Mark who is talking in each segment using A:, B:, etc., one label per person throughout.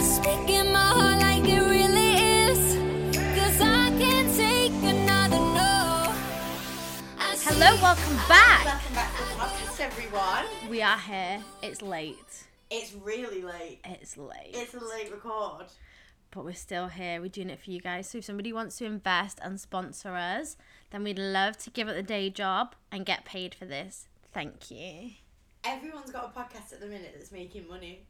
A: Speaking my heart like it really is. Cause I can't take another no. I
B: Hello,
A: see-
B: welcome back.
C: Welcome back to the podcast, everyone.
B: We are here. It's late.
C: It's really late.
B: It's late.
C: It's a late record.
B: But we're still here. We're doing it for you guys. So if somebody wants to invest and sponsor us, then we'd love to give up the day job and get paid for this. Thank you.
C: Everyone's got a podcast at the minute that's making money,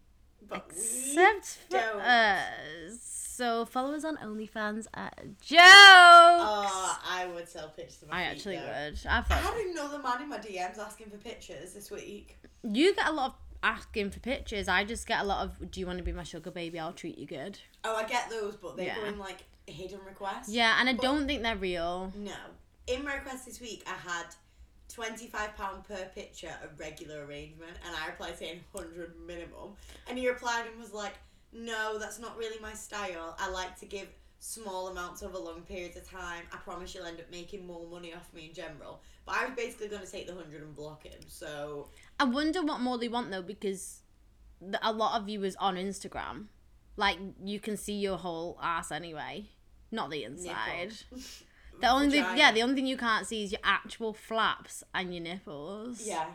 C: but
B: Except for
C: don't.
B: us. So follow us on OnlyFans at Jokes.
C: we. Oh, I would sell pictures. Of my
B: I
C: feet,
B: actually
C: though.
B: would. I
C: I
B: thought
C: had another man in my DMs asking for pictures this week.
B: you get a lot of asking for pictures. I just get a lot of do you want to be my sugar baby? I'll treat you good.
C: Oh, I get those, but they go
B: Yeah.
C: in like hidden requests.
B: Yeah, and I don't think they're real.
C: No, in my request this week, I had. Twenty-five pound per picture, a regular arrangement, and I replied saying hundred minimum, and he replied and was like, "No, that's not really my style. I like to give small amounts over long periods of time. I promise you'll end up making more money off me in general." But I was basically going to take the hundred and block him. So
B: I wonder what more they want though, because th- a lot of viewers on Instagram, like you can see your whole ass anyway, not the inside. The only thing,
C: Vagina.
B: yeah, the only thing you can't see is your actual flaps and your nipples.
C: yeah,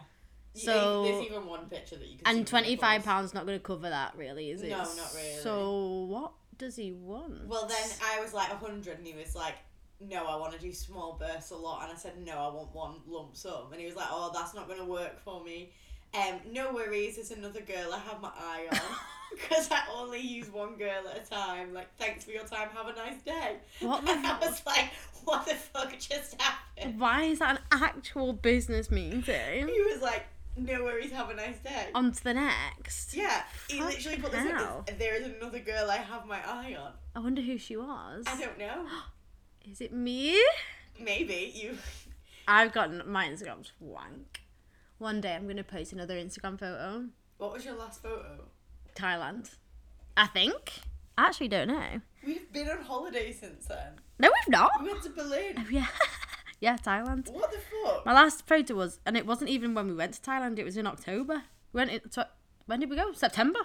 C: You-
B: So-
C: there's even one picture that you can.
B: And
C: see my
B: twenty five
C: nipples.
B: pounds not going to cover that, really, is it?
C: No, not really.
B: So what does he want?
C: Well, then I was like 100, and he was like, No, I want to do small bursts a lot. And I said, No, I want one lump sum. And he was like, Oh, that's not going to work for me. Um, no worries, there's another girl I have my eye on. Because I only use one girl at a time. Like, thanks for your time, have a nice day.
B: What the
C: and I was like, What the fuck just happened?
B: why is that an actual business meeting?
C: He was like, No worries, have a nice day.
B: On to the next.
C: yeah, he literally put this
B: Fucking
C: up.
B: hell.
C: There is another girl I have my eye on.
B: I wonder who she was.
C: I don't know.
B: Is it me?
C: Maybe you.
B: I've got my Instagram's wank. One day I'm gonna post another Instagram photo.
C: What was your last photo?
B: Thailand, I think. I actually don't know.
C: We've been on holiday since then.
B: No, we've not.
C: We went to Berlin.
B: Yeah, yeah, Thailand.
C: What the fuck?
B: My last photo was, and it wasn't even when we went to Thailand. It was in October. We went in. To, when did we go? September.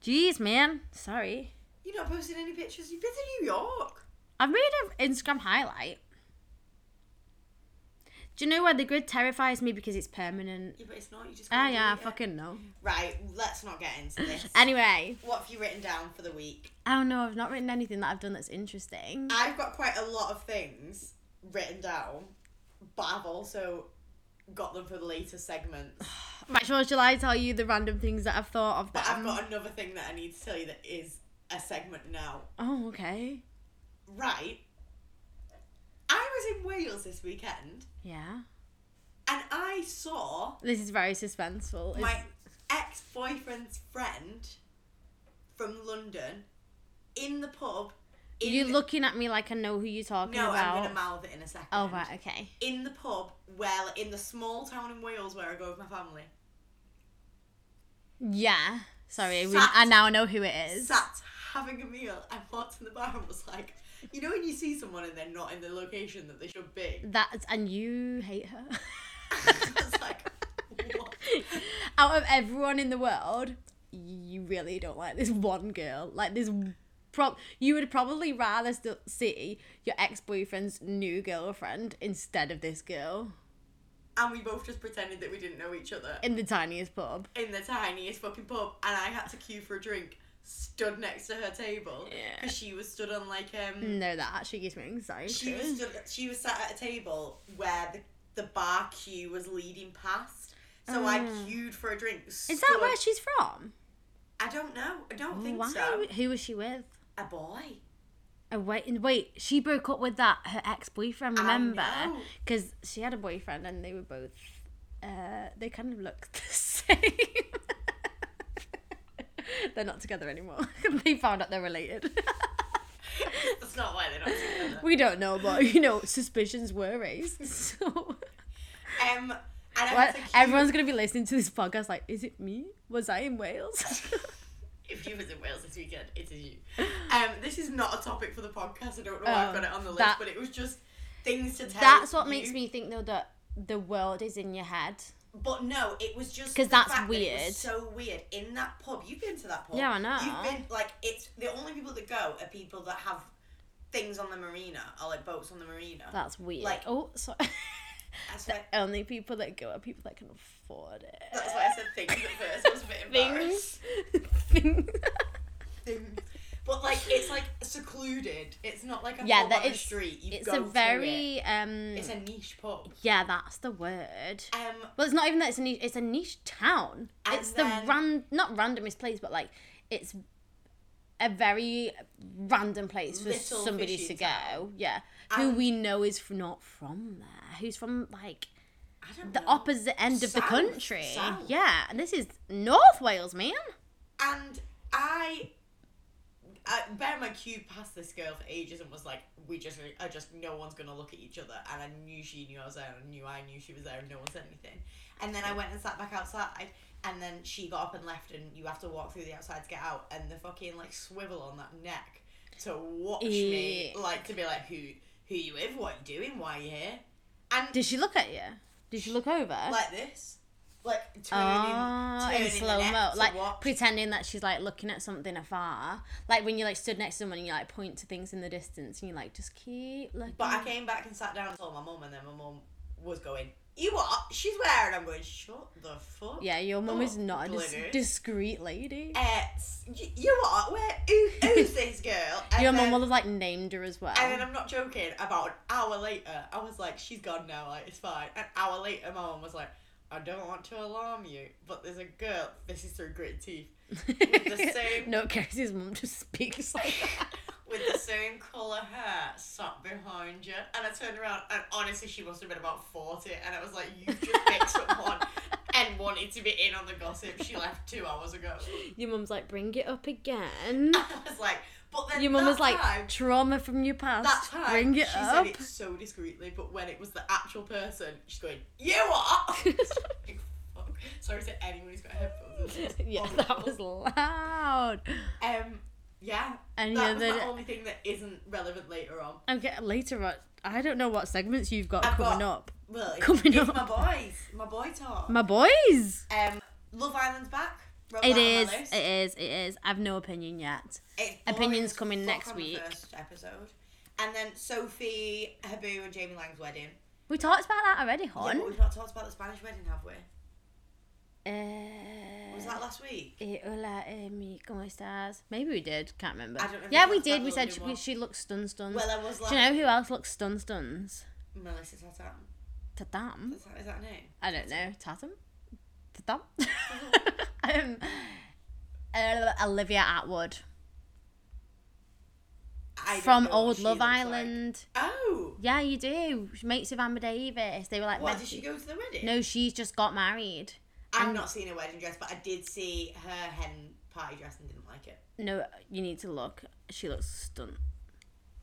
B: Jeez, man. Sorry.
C: You're not posting any pictures. You've been to New York.
B: I made an Instagram highlight. Do you know why the grid terrifies me because it's permanent?
C: Yeah, but it's not. You just.
B: Ah,
C: can't
B: yeah, I
C: delete it.
B: fucking know.
C: Right. Let's not get into this.
B: Anyway,
C: what have you written down for the week?
B: I don't know. Oh, I've not written anything that I've done that's interesting.
C: I've got quite a lot of things written down, but I've also got them for the later segments.
B: Right, well, shall I tell you the random things that I've thought of?
C: But
B: That
C: I've got another thing that I need to tell you that is a segment now.
B: Oh, okay.
C: Right. I was in Wales this weekend,
B: Yeah.
C: and I saw
B: This is very suspenseful. Is-
C: my ex boyfriend's friend from London in the pub. In
B: You're
C: the-
B: looking at me like I know who you're talking
C: No,
B: about.
C: I'm gonna mouth it in a second.
B: oh, right, okay.
C: In the pub, well, in the small town in Wales where I go with my family,
B: Yeah. Sorry, we,
C: Sat.
B: I now know who it is.
C: sat having a meal and walked in the bar and was like, you know, when you see someone and they're not in the location that they should be.
B: That's and you hate her.
C: I was like, what?
B: Out of everyone in the world, you really don't like this one girl. Like this, prob you would probably rather still see your ex boyfriend's new girlfriend instead of this girl
C: And we both just pretended that we didn't know each other
B: in the tiniest pub.
C: in the tiniest fucking pub, and I had to queue for a drink. Stood next to her table
B: Yeah.
C: 'cause she was stood on like um.
B: No, that actually gives me anxiety.
C: She was stood, she was sat at a table where the, the bar queue was leading past. So I queued for a drink.
B: Ah. Is that where she's from?
C: I don't know. I don't think
B: Why?
C: so.
B: Who was she with?
C: A boy.
B: Oh, wait, and wait. She broke up with that her ex boyfriend.
C: I
B: Remember?
C: know.
B: Because she had a boyfriend, and they were both. Uh, they kind of looked the same. They're not together anymore. they found out they're related.
C: That's not why they're not together.
B: we don't know, but you know, suspicions were raised. So
C: um, and I had
B: What-
C: to queue.
B: everyone's gonna be listening to this podcast. Like, is it me? Was I in Wales?
C: If you was in Wales this weekend, it is you. Um, this is not a topic for the podcast. I don't know why
B: Oh,
C: I've got it on the list,
B: that-
C: but it was just things to tell.
B: That's what makes
C: you.
B: me think though that the world is in your head.
C: But no, it was just
B: 'Cause
C: the
B: that's
C: fact that it was
B: weird.
C: so weird in that pub. You've been to that pub.
B: Yeah, I know.
C: You've been like it's the only people that go are people that have things on the marina or like boats on the marina.
B: That's weird.
C: Like-
B: oh, sorry.
C: that's
B: the
C: why,
B: only people that go are people that can afford it.
C: that's why I said things at first. I was a bit
B: Things.
C: embarrassed.
B: Things.
C: Thing. But like it's like secluded. It's not like a
B: Yeah,
C: pub
B: that
C: on the
B: it's-
C: street. You
B: it's
C: go
B: a
C: to it.
B: very um.
C: It's a niche pub.
B: yeah, that's the word.
C: Um,
B: Well, it's not even that it's a niche. It's a niche town.
C: And
B: it's
C: then-
B: the ran not randomest place, but like it's a very random place for
C: Little
B: somebody to
C: fishy
B: go. Yeah, who
C: And-
B: we know is f- not from there. Who's from like
C: I don't
B: the
C: know.
B: opposite end of the
C: South,
B: country.
C: south.
B: Yeah, and this is North Wales, man.
C: And I, I bear my cube passed this girl for ages and was like, we just, I just, no one's gonna look at each other. And I knew she knew I was there, and I knew I knew she was there, and no one said anything. And then I went and sat back outside, and then she got up and left, and you have to walk through the outside to get out, and the fucking like swivel on that neck to watch me,
B: Eek.
C: like to be like, who, who you with, what you doing, why you here, and
B: Did she look at you? Did she look over?
C: like this, like turning,
B: Oh,
C: turning
B: in slow
C: the
B: mo,
C: neck to
B: like
C: watch.
B: pretending that she's like looking at something afar, like when you like stood next to someone and you like point to things in the distance and you like just keep looking.
C: But I came back and sat down and told my mum, and then my mum was going, "You what? She's wearing." I'm going, "Shut the fuck."
B: yeah, your mum is
C: Oh,
B: not a dis-
C: blimey.
B: discreet lady.
C: Uh, s- y- you what? Where? Who, who's this girl? And
B: your
C: then,
B: mum will have like named her as well.
C: And then I'm not joking. About an hour later, I was like, "She's gone now. Like it's fine." An hour later, my mum was like, "I don't want to alarm you, but there's a girl. This is through gritted teeth." the same-
B: no, Casey's mum just speaks like that.
C: With the same colour hair sat behind you. And I turned around and honestly she must have been about forty and I was like, You just picked someone and wanted to be in on the gossip. She left two hours ago.
B: Your mum's like, bring it up again.
C: I was like, but then
B: Your mum
C: that
B: was like,
C: time,
B: trauma from your past.
C: that time
B: bring it
C: she
B: up.
C: said it so discreetly, but when it was the actual person, she's going, You what? Like, fuck. Sorry to anyone who's got headphones. in, this is
B: yeah, that
C: awful.
B: was loud.
C: um yeah.
B: Any
C: that was
B: other?
C: the only thing that isn't relevant later on.
B: Okay, later on. I don't know what segments you've got
C: I've
B: coming
C: got-
B: up.
C: Well, it's,
B: Coming
C: it's
B: up.
C: my boys, my boy talk.
B: My boys.
C: Um, Love Island's back. Wrote
B: It
C: that on my
B: is.
C: list.
B: It is. It is. I've no opinion yet.
C: It's boring
B: Opinions
C: as
B: coming
C: fuck
B: next
C: on the
B: week.
C: first episode, and then Sophie, Habu, and Jamie Lang's wedding.
B: We talked about that already,
C: Yeah, but
B: hon.
C: we've not talked about the Spanish wedding, have we? Was
B: Uh,
C: that last week?
B: eh, hola, eh, mi, ¿cómo estás? Maybe we did. Can't remember.
C: I don't know if
B: yeah,
C: we
B: we
C: talked
B: did.
C: about
B: We
C: the
B: said
C: other
B: she,
C: one.
B: she looks stun stun.
C: Well, I was like
B: Do you know who else looks stun stuns?
C: Melissa Tatam.
B: Tatam.
C: Is that, is that her name?
B: I don't know. Tatum? Tatum? um, uh, Olivia Atwood
C: I don't
B: from
C: know what
B: Old
C: she
B: Love
C: looks like.
B: Island.
C: Oh,
B: Yeah, you do. She mates with Amber Davis. They were like,
C: what
B: besties.
C: did she go to the wedding?
B: No, um, she's just got married.
C: I've not seen a wedding dress, but I did see her hen party dress and didn't like it.
B: No, you need to look. She looks stunned.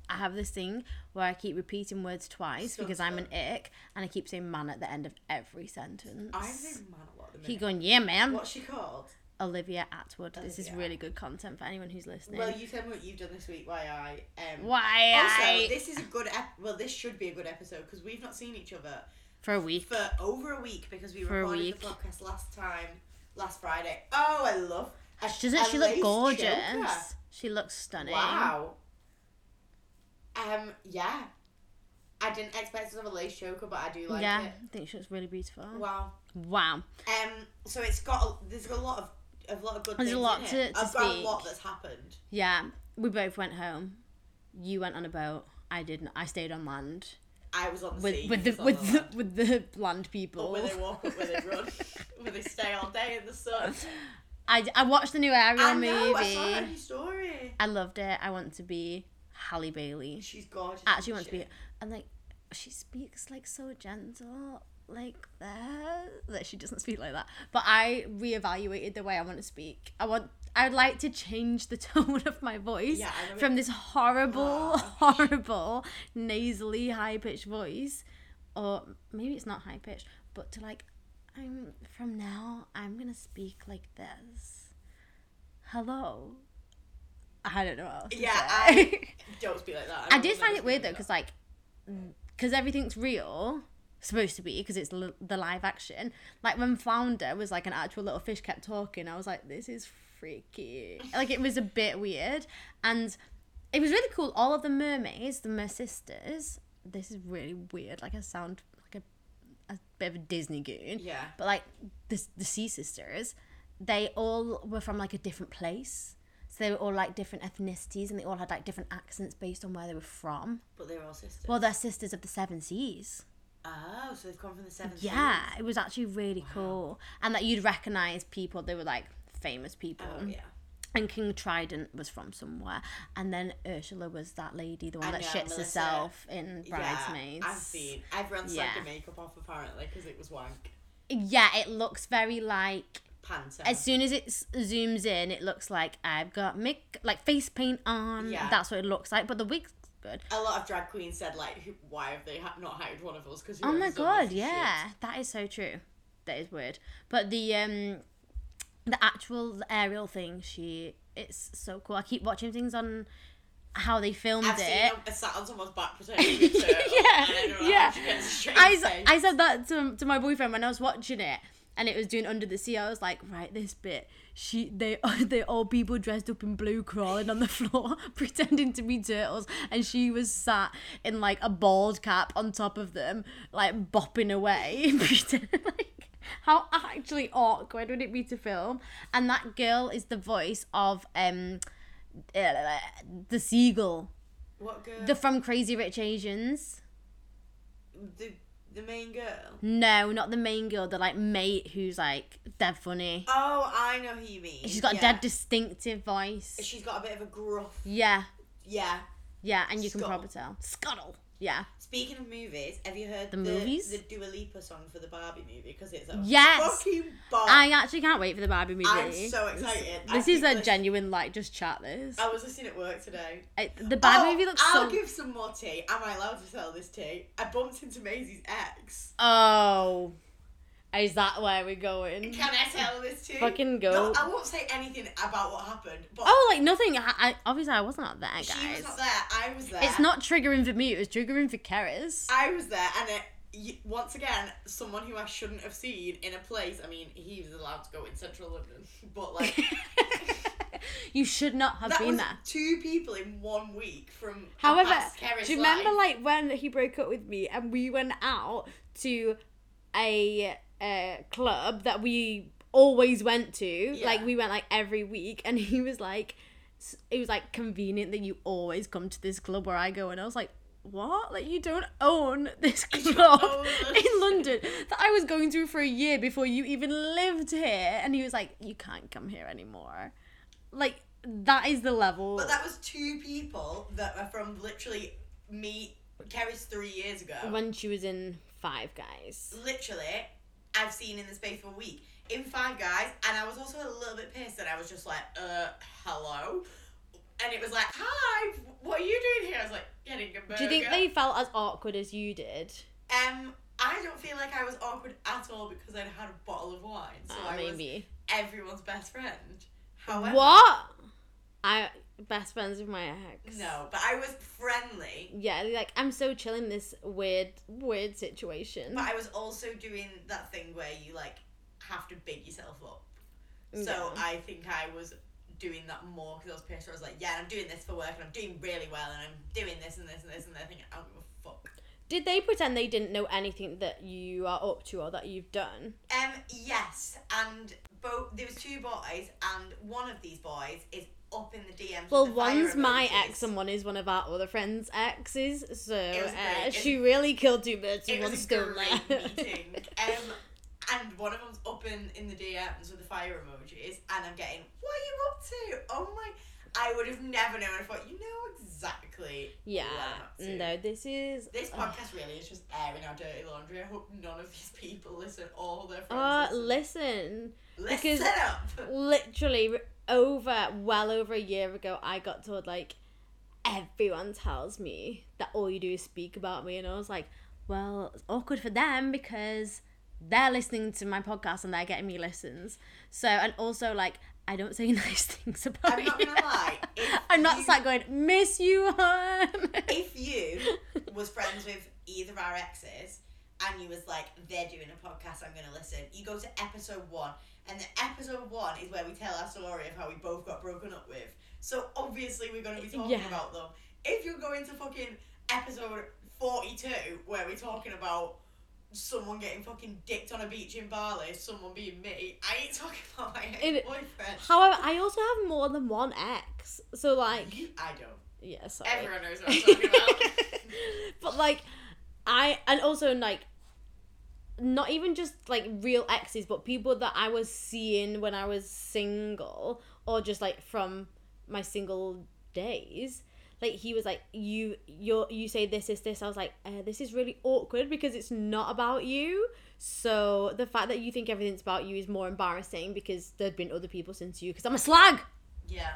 B: I have this thing where I keep repeating words twice
C: Stunt,
B: because I'm an ick and I keep saying man at the end of every sentence.
C: I'm saying man a lot at the minute.
B: Keep going, yeah, man.
C: What's she called?
B: Olivia Atwood. This is
C: Olivia.
B: really good content for anyone who's listening.
C: Well, you tell me what you've done this week. Why I um.
B: Why? I-
C: Also, this is a good ep- well, this should be a good episode because we've not seen each other
B: for a week.
C: for over a week because we
B: For a
C: recorded
B: week.
C: the podcast last time, last Friday. Oh, I love. A,
B: Doesn't
C: a
B: she look
C: lace
B: gorgeous?
C: choker.
B: She looks stunning.
C: Wow. Um. Yeah. I didn't expect to have a lace choker, but I do like
B: yeah,
C: it.
B: I think she looks really beautiful.
C: Wow.
B: Wow.
C: Um. So it's got a, there's got a lot of a lot of good.
B: There's a
C: things
B: lot
C: in
B: to-
C: it.
B: to
C: I've got a
B: speak.
C: lot that's happened.
B: Yeah, we both went home. You went on a boat. I didn't. I stayed on land
C: I was on the sea.
B: with with
C: you
B: the
C: was on
B: with
C: land.
B: the, with the land people.
C: But where they walk up, where they run, where they stay all day in the sun.
B: I, I watched the new Ariel
C: I
B: movie.
C: know, I saw her new story.
B: I loved it. I want to be Halle Bailey.
C: She's gorgeous.
B: I actually want
C: isn't
B: Ah, to be.
C: she?
B: And like, she speaks like so gentle, like that. That she doesn't speak like that. But I reevaluated the way I want to speak. I want. I'd like to change the tone of my voice
C: Yeah, I know
B: from this horrible,
C: Gosh.
B: horrible, nasally, high pitched voice, or maybe it's not high pitched, but to like, I'm from now. I'm gonna speak like this. Hello. I don't know what else. to
C: Yeah,
B: say.
C: Don't speak like that.
B: I did
C: don't
B: find it
C: speak
B: weird
C: like
B: though, because like, because mm, everything's real, supposed to be because it's l- the live action. Like when Flounder was like an actual little fish kept talking, I was like, this is freaky. Like it was a bit weird, and it was really cool. All of the mermaids, the mer sisters. This is really weird. Like I sound like a, a bit of a Disney goon.
C: Yeah.
B: But like the the sea sisters, they all were from like a different place. So they were all like different ethnicities, and they all had like different accents based on where they were from.
C: But they're all sisters.
B: Well, they're sisters of the Seven Seas.
C: oh, so they've come from the seventh.
B: Yeah,
C: Mm.
B: it was actually really cool, and that you'd recognize people. They were like famous people,
C: Oh, yeah.
B: and King Trident was from somewhere, and then Ursula was that lady, the one
C: I
B: that
C: know,
B: shits
C: Melissa.
B: herself in Bridesmaids.
C: Yeah, I've seen. Everyone's
B: Yeah.
C: like the makeup off apparently because it was wank.
B: Yeah, it looks very like.
C: Panto.
B: As soon as it s- zooms in, it looks like I've got make like face paint on.
C: Yeah.
B: that's what it looks like. But the wig's good.
C: a lot of drag queens said like, who, "Why have they ha- not hired one of us?" Because
B: Oh my god, yeah, that is so true. That is weird. But the um, the actual aerial thing, she it's so cool. I keep watching things on how they filmed
C: I've seen
B: it.
C: them- I sat on someone's back pretending to be a turtle.
B: Yeah,
C: and I don't know
B: yeah.
C: How she gets a straight
B: I, s-
C: face.
B: I said that to, to my boyfriend when I was watching it and it was doing under the sea I was like right this bit she they they all people dressed up in blue crawling on the floor pretending to be turtles and she was sat in like a bald cap on top of them like bopping away pretend- like how actually awkward would it be to film and that girl is the voice of um uh, the seagull
C: what girl?
B: the
C: The,
B: from Crazy Rich Asians
C: the main girl.
B: No, not the main girl, the like mate who's like dead funny.
C: Oh, I know who you mean.
B: She's got
C: yeah.
B: a dead distinctive voice.
C: She's got a bit of a gruff.
B: Yeah,
C: Yeah.
B: yeah, and you can
C: Scuttle.
B: probably tell. Scuttle. Yeah.
C: Speaking of movies, have you heard the,
B: movies?
C: The Dua Lipa song for the Barbie movie because it's a
B: Yes.
C: fucking bomb.
B: I actually can't wait for the Barbie movie.
C: I'm so excited. I
B: This is
C: think
B: a genuine like just chat this.
C: I was listening at work today.
B: I- the Barbie
C: Oh,
B: movie looks so.
C: I'll give some more tea. Am I allowed to sell this tea? I bumped into Maisie's ex.
B: oh, is that where we're going?
C: Can I sell this tea?
B: Fucking go.
C: No, I won't say anything about what happened. But
B: Oh, like nothing. I, I obviously I wasn't out there, guys.
C: she was not there. I was there.
B: it's not triggering for me. It was triggering for Keris.
C: I was there, and it, y- once again, someone who I shouldn't have seen in a place. I mean, he was allowed to go in central London, but like
B: you should not have
C: that
B: been
C: was
B: there.
C: two people in one week from. a
B: However,
C: past Kerry's
B: do you remember
C: life.
B: like when he broke up with me and we went out to a uh, club that we always went to? Like
C: Yeah.
B: we went like every week, and he was like, s- it was like convenient that you always come to this club where I go, and I was like. What? Like you don't own this
C: don't
B: club
C: own this.
B: in London that I was going to for a year before you even lived here, and he was like, "You can't come here anymore." Like that is the level.
C: But that was two people that were from literally me, Kerry's three years ago.
B: when she was in Five Guys.
C: literally, I've seen in the space of a week in Five Guys, and I was also a little bit pissed that I was just like, uh, hello. And it was like, hi, what are you doing here? I was like, getting a burger.
B: Do you think they felt as awkward as you did?
C: Um, I don't feel like I was awkward at all because I'd had a bottle of wine, so
B: Ah,
C: I was
B: maybe.
C: everyone's best friend. However,
B: What? I best friends with my ex.
C: No, but I was friendly.
B: Yeah, they're like I'm so chill in this weird, weird situation.
C: But I was also doing that thing where you like have to big yourself up. So
B: Yeah.
C: I think I was doing that more because I was pissed. I was like, yeah, I'm doing this for work and I'm doing really well and I'm doing this and this and this and that thing. I don't give a fuck.
B: Did they pretend they didn't know anything that you are up to or that you've done?
C: Um, yes, and both there was two boys and one of these boys is up in the DMs. with
B: Well,
C: the fire
B: one's my
C: emojis.
B: ex and one is one of our other friends' exes. So
C: was
B: uh,
C: great.
B: she really killed two birds with
C: It
B: one
C: was a
B: stone.
C: great
B: there.
C: meeting. Um, and one of them's up in, in the DMs with the fire emojis, and I'm getting, what are you up to? Oh my, I would have never known. I thought, you know exactly.
B: yeah.
C: what I'm up to."
B: No, this is
C: This
B: Ugh.
C: podcast really is just airing our dirty laundry. I hope none of these people listen. All their
B: Uh,
C: friends listen.
B: listen.
C: Listen
B: because-
C: up.
B: literally over well over a year ago i got told like everyone tells me that all you do is speak about me and i was like well it's awkward for them because they're listening to my podcast and they're getting me listens so and also like i don't say nice things about
C: I'm not
B: you
C: gonna lie. If
B: i'm not
C: you-
B: sat going miss you hon."
C: If you was friends with either our exes and you was like, they're doing a podcast, I'm gonna listen. You go to episode one, and the episode one is where we tell our story of how we both got broken up with. So obviously we're gonna be talking
B: Yeah.
C: about them. If you're going to fucking episode forty two where we're talking about someone getting fucking dicked on a beach in Bali, someone being me, I ain't talking about my
B: In-
C: ex boyfriend.
B: However, I also have more than one ex. So like,
C: I don't.
B: yeah, sorry.
C: Everyone knows what I'm talking about.
B: but like I and also like not even just like real exes, but people that I was seeing when I was single or just like from my single days. Like he was like you you you say this is this. I was like uh, this is really awkward because it's not about you. So the fact that you think everything's about you is more embarrassing because there'd been other people since you. Because I'm a slag.
C: Yeah.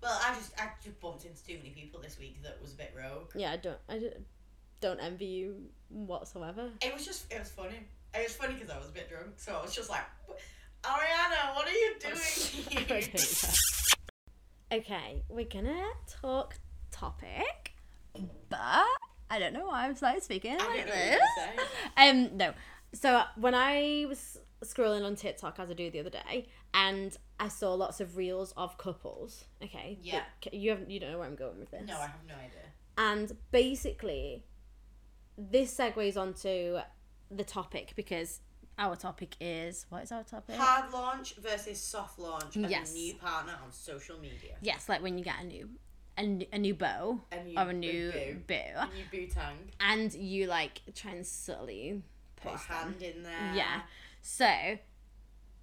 C: Well, I just I just bumped into too many people this week that was a bit rogue.
B: Yeah, I don't I don't- don't envy you whatsoever.
C: It was just it was funny. It was funny because I was a bit drunk, so I was just like, Ariana, what are you
B: Oh,
C: doing? here?"
B: okay, we're gonna talk topic, but I don't know why I'm started speaking
C: don't
B: like
C: know what you're
B: this. Um, no. So when I was scrolling on TikTok as I do the other day, and I saw lots of reels of couples. Okay.
C: Yeah.
B: You- You haven't. You don't know where I'm going with this.
C: no, I have no idea.
B: And basically, this segues onto the topic because our topic is what is our topic?
C: Hard launch versus soft launch of
B: Yes.
C: a new partner on social media.
B: Yes, like when you get a new, a, n- a new bow
C: A new
B: or a new
C: boo.
B: boo,
C: A new bootang.
B: and you like try and subtly
C: Put a
B: post them.
C: hand in there.
B: Yeah. So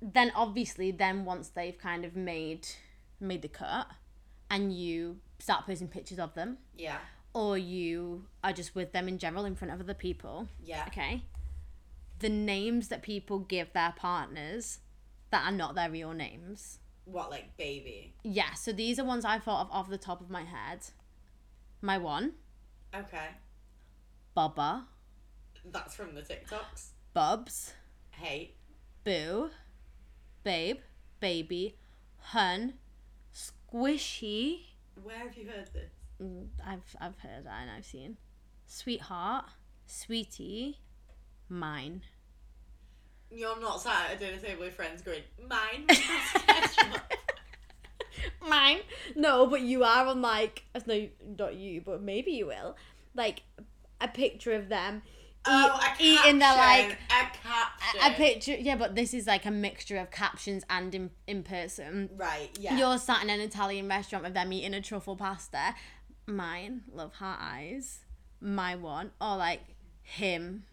B: then obviously then once they've kind of made made the cut and you start posting pictures of them
C: Yeah.
B: or you are just with them in general in front of other people,
C: Yeah.
B: okay? The names that people give their partners that are not their real names.
C: What like baby?
B: Yeah, so these are ones I thought of off the top of my head. My one,
C: Okay.
B: Bubba,
C: That's from the TikToks.
B: Bubs,
C: Hey.
B: Boo, Babe, Baby, Hun, Squishy.
C: Where have you heard this?
B: I've I've heard that and I've seen. Sweetheart, Sweetie, Mine.
C: You're not sat at a dinner table with friends going, mine.
B: E- Mine. No, but you are on like uh, no, not you, but maybe you will. Like a picture of them.
C: oh, a
B: eat
C: caption.
B: e in the, like,
C: a caption.
B: A picture, yeah, but this is like a mixture of captions and in, in person.
C: Right. Yeah.
B: You're sat in an Italian restaurant with them eating a truffle pasta. Mine, love heart eyes. My one, or like him.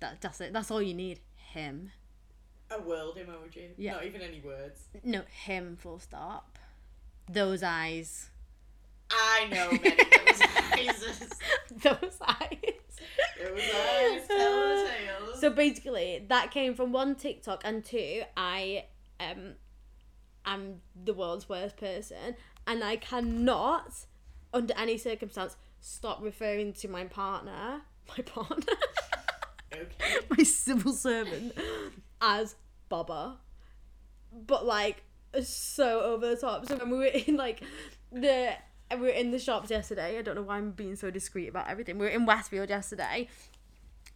B: That, that's it. That's all you need. Him.
C: a world emoji.
B: Yeah.
C: Not even any words.
B: No, him. Full stop. Those eyes.
C: I know many of those eyes.
B: Those eyes.
C: Those eyes tell the tale.
B: So basically, that came from one TikTok and two, I um am the world's worst person, and I cannot, under any circumstance, stop referring to my partner, my partner,
C: okay.
B: my civil servant, as Baba. But like, so over the top. So when we were in like the. We were in the shops yesterday. I don't know why I'm being so discreet about everything. We were in Westfield yesterday,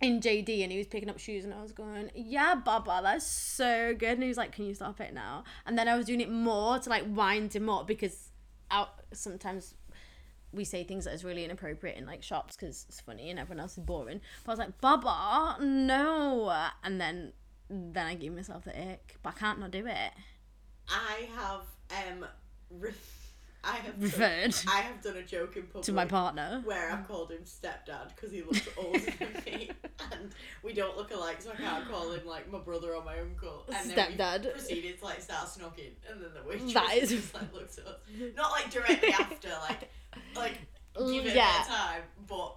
B: in JD and he was picking up shoes and I was going, Yeah, Baba, that's so good. And he was like, Can you stop it now? And then I was doing it more to like wind him up because out sometimes we say things that is really inappropriate in like shops because it's funny and everyone else is boring. But I was like, Baba, no. And then then I gave myself the ick, but I can't not do it.
C: I have um, re- I have done,
B: Referred
C: I have done a joke in public
B: to my partner.
C: where I've called him stepdad because he looks older than me, and we don't look alike, so I can't call him like my brother or my uncle. And Then we
B: Stepdad.
C: proceeded to like start snogging, and then the waitress
B: That is-
C: just, like looked at us, not like directly after, like like give it a bit
B: Yeah.
C: of time, but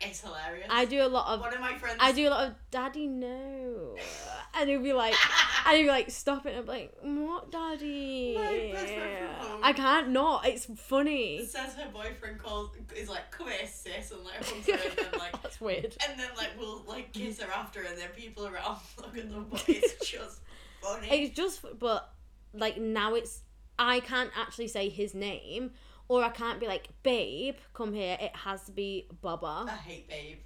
C: it's hilarious.
B: I do a lot of
C: One of my friends.
B: I do a lot of daddy no, and he'll be like, and he'll be like, stop it. And I'm like, what daddy?
C: My best friend from home.
B: I can't not. It's funny.
C: Says her boyfriend calls is like come here sis and like hugs her and then like
B: That's weird.
C: and then like we'll like kiss her after and then people around look at them but it's just funny.
B: It's just, but like now it's I can't actually say his name, or I can't be like, babe, come here. It has to be
C: I
B: Bubba.
C: hate babe.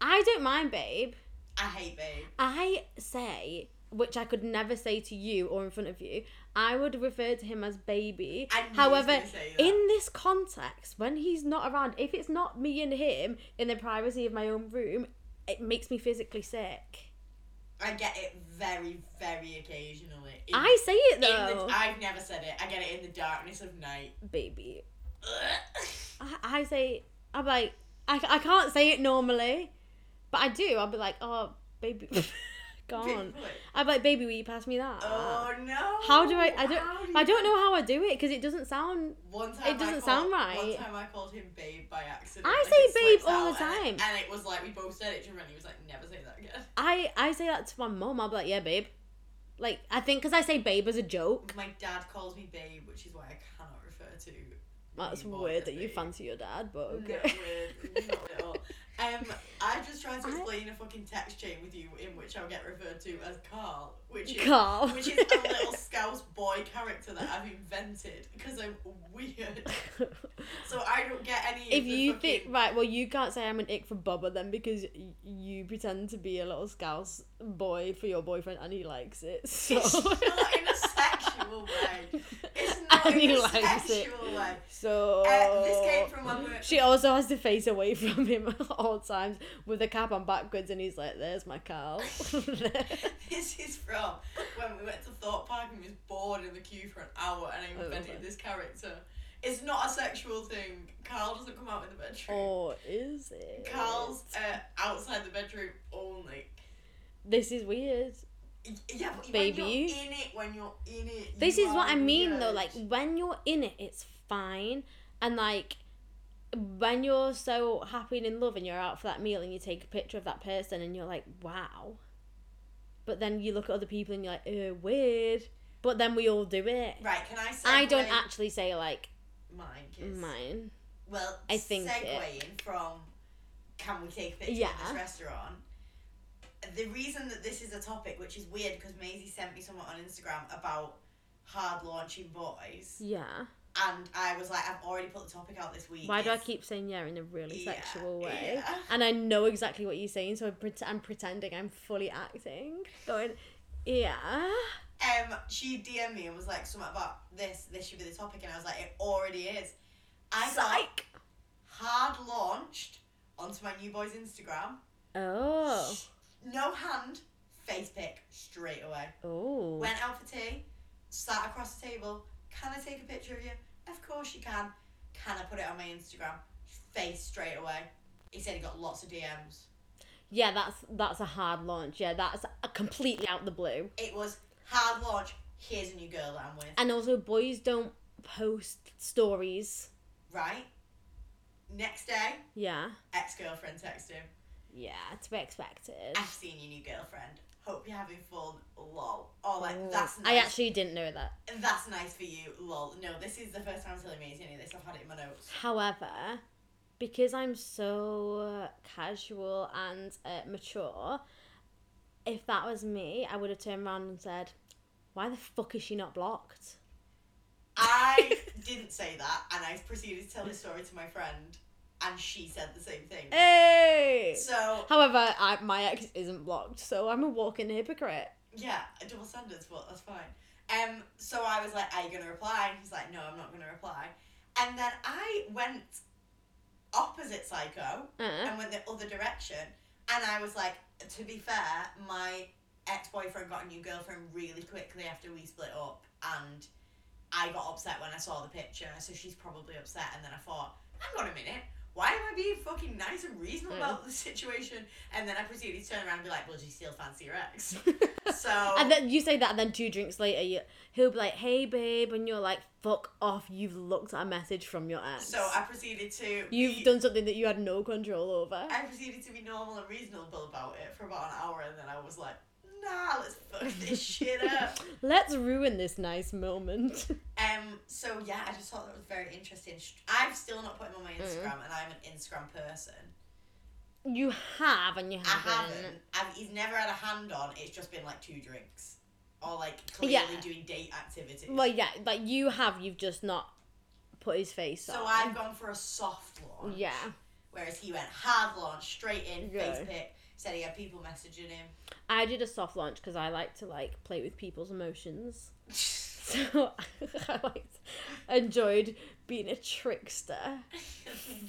B: I don't mind, babe.
C: I hate babe.
B: I say, which I could never say to you or in front of you, I would refer to him as baby.
C: I knew he was
B: However,
C: gonna say that.
B: in this context, when he's not around, if it's not me and him in the privacy of my own room, it makes me physically sick.
C: I get it very, very occasionally. In-
B: I say it
C: in the-
B: though,
C: I've never said it. I get it in the darkness of night.
B: baby. I, I say, I'm like, I, I can't say it normally, but I do. I'll be like, oh, baby, gone. I'm like, baby, will you pass me that?
C: Oh no!
B: Ah. How do I? I don't.
C: How do
B: I
C: you-
B: don't know how I do it because it doesn't sound.
C: One time
B: It doesn't
C: I called,
B: sound
C: One
B: right.
C: time I called him babe by accident.
B: I
C: and
B: say
C: it
B: babe
C: slips
B: all
C: out
B: the
C: and it-
B: time.
C: And it was like we both said it to him, and he was like, "Never say that again."
B: I I say that to my mum. I'll be like, yeah, babe. Like I think because I say babe as a joke.
C: My dad calls me babe, which is why I cannot refer to.
B: That's
C: you more
B: weird
C: than
B: that you
C: babe.
B: fancy your dad, but
C: No,
B: okay.
C: weird, not at all. Um, I just tried to
B: I-
C: explain a fucking text chain with you in which I'll get referred to as Carl, which is
B: Carl.
C: which is a little scouse boy character that I've invented because I'm weird. So I don't get any.
B: if
C: of the
B: you
C: fucking...
B: think right, well, you can't say I'm an ick for Bubba then because y- you pretend to be a little scouse boy for your boyfriend and he likes it. So.
C: It's not in a sexual way. It's not
B: And
C: in
B: he
C: a
B: likes it.
C: sexual way.
B: So
C: Uh, this came from my work.
B: She also has to face away from him at all times with the cap on backwards, and he's like, "There's my cow."
C: This is from when we went to Thought Park and was bored in the queue for an hour and I
B: love
C: invented
B: it.
C: this character. It's not a sexual thing. Carl doesn't come out in the bedroom.
B: or is it?
C: Carl's uh, outside the bedroom only.
B: This is weird.
C: Y- Yeah, but
B: Baby.
C: when you're in it, when you're in it.
B: This
C: you
B: is what
C: are
B: I mean, though.
C: weird.
B: Like when you're in it, it's fine, and like when you're so happy and in love, and you're out for that meal, and you take a picture of that person, and you're like, "Wow," but then you look at other people, and you're like, "Uh, weird." But then we all do it.
C: Right, can I say.
B: I don't actually say like
C: Mine kiss.
B: mine.
C: Well,
B: I think it-
C: segueing from can we take a picture
B: Yeah.
C: of this restaurant? The reason that this is a topic, which is weird because Maisie sent me something on Instagram about hard launching boys,
B: Yeah.
C: and I was like, I've already put the topic out this week.
B: Why do I
C: It's-
B: keep saying yeah in a really
C: Yeah,
B: sexual way?
C: yeah.
B: And I know exactly what you're saying, so I'm, pret- I'm pretending I'm fully acting. Going, yeah.
C: Um, she DM'd me and was like, something about this. This should be the topic, and I was like, it already is. I got
B: Psych.
C: hard launched onto my new boy's Instagram.
B: Oh.
C: No hand, face pick straight away.
B: Oh.
C: Went out for tea, sat across the table. Can I take a picture of you? Of course you can. Can I put it on my Instagram? Face straight away. He said he got lots of DMs.
B: Yeah, that's that's a hard launch. Yeah, that's a completely out the blue.
C: It was hard launch. Here's a new girl that I'm with.
B: And also, boys don't post stories.
C: Right? Next day,
B: Yeah.
C: ex girlfriend texted him.
B: Yeah, to be expected.
C: I've seen your new girlfriend. Hope you're having fun. Lol. Oh, like,
B: Oh,
C: that's nice.
B: I actually didn't know that.
C: That's nice for you. Lol. No, this is the first time I'm telling Maisie any of this. I've had it in my notes.
B: However, because I'm so casual and uh, mature, if that was me, I would have turned around and said, "Why the fuck is she not blocked?"
C: I didn't say that, and I proceeded to tell this story to my friend, and she said the same thing.
B: Hey.
C: So
B: However, I, my ex isn't blocked, so I'm a walking hypocrite.
C: yeah, double standards, but that's fine. Um, so I was like, "Are you gonna reply?" And he's like, "No, I'm not gonna reply." And then I went opposite psycho
B: Uh,
C: and went the other direction, and I was like, "To be fair, my ex-boyfriend got a new girlfriend really quickly after we split up, and I got upset when I saw the picture, so she's probably upset. And then I thought, hang on a minute, why am I being fucking nice and reasonable
B: Mm.
C: about the situation? And then I proceeded to turn around and be like, well, do you still fancy your ex? so
B: and then you say that, and then two drinks later, you, he'll be like, "Hey, babe," and you're like, "Fuck off! You've looked at a message from your ex.
C: so I proceeded to.
B: You've
C: be-
B: done something that you had no control over."
C: I proceeded to be normal and reasonable about it for about an hour, and then I was like, nah, let's fuck this shit up.
B: Let's ruin this nice moment.
C: Um. So yeah, I just thought that was very interesting. Sh- I've still not put him on
B: Mm.
C: my Instagram, and I'm an Instagram person.
B: You have and you
C: I
B: haven't.
C: haven't. I've, he's never had a hand on. It's just been like two drinks, or like clearly
B: Yeah.
C: doing date activities.
B: Well, yeah, like you have. You've just not put his face
C: so
B: on.
C: I've gone for a soft launch.
B: Yeah,
C: Whereas he went hard launch straight in,
B: Yeah.
C: face pick, said he had people messaging him.
B: I did a soft launch because I like to like play with people's emotions. So I liked, enjoyed being a trickster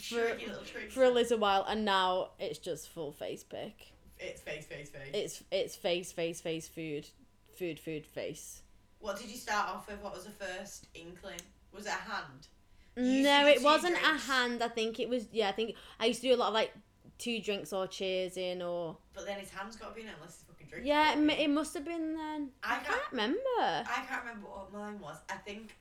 C: Tricky little trick.
B: for a little while, and now it's just full face pick.
C: It's face, face, face.
B: It's it's face face face food, food food face.
C: What did you start off with? What was the first inkling? Was it a hand? You used to
B: No,
C: do
B: it
C: two
B: wasn't
C: drinks,
B: a hand. I think it was. Yeah, I think I used to do a lot of like two drinks or cheers in or
C: But then his hand's got to be in it unless he's fucking drinking.
B: yeah. It, mu- it must have been then.
C: I
B: I
C: got-
B: can't remember.
C: I can't remember what mine was. I think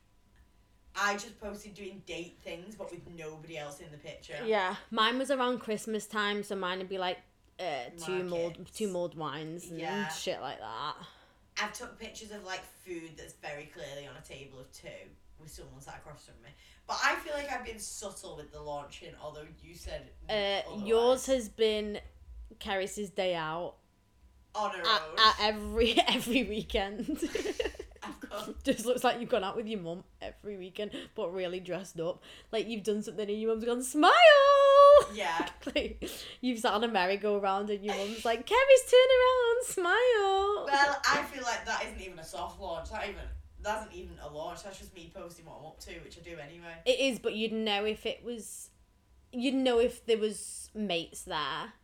C: I just posted doing date things, but with nobody else in the picture.
B: Yeah, mine was around Christmas time, so mine would be like uh, two mold
C: Markets.
B: two mulled wines and
C: Yeah.
B: shit like that.
C: I've took pictures of like food that's very clearly on a table of two with someone sat across from me. But I feel like I've been subtle with the launching, although you said
B: Uh,
C: otherwise.
B: yours has been Keris's day out
C: on her
B: at,
C: own.
B: at every every weekend.
C: I've gone-
B: Just looks like you've gone out with your mum every weekend, but really dressed up. Like you've done something and your mum's gone smile.
C: Yeah.
B: like you've sat on a merry-go-round and your mum's like, Keris, turn around, smile.
C: Well, I feel like that isn't even a soft launch. That even that isn't even a launch. That's just me posting what I'm up to, which I do anyway.
B: It is, but you'd know if it was, you'd know if there was mates there,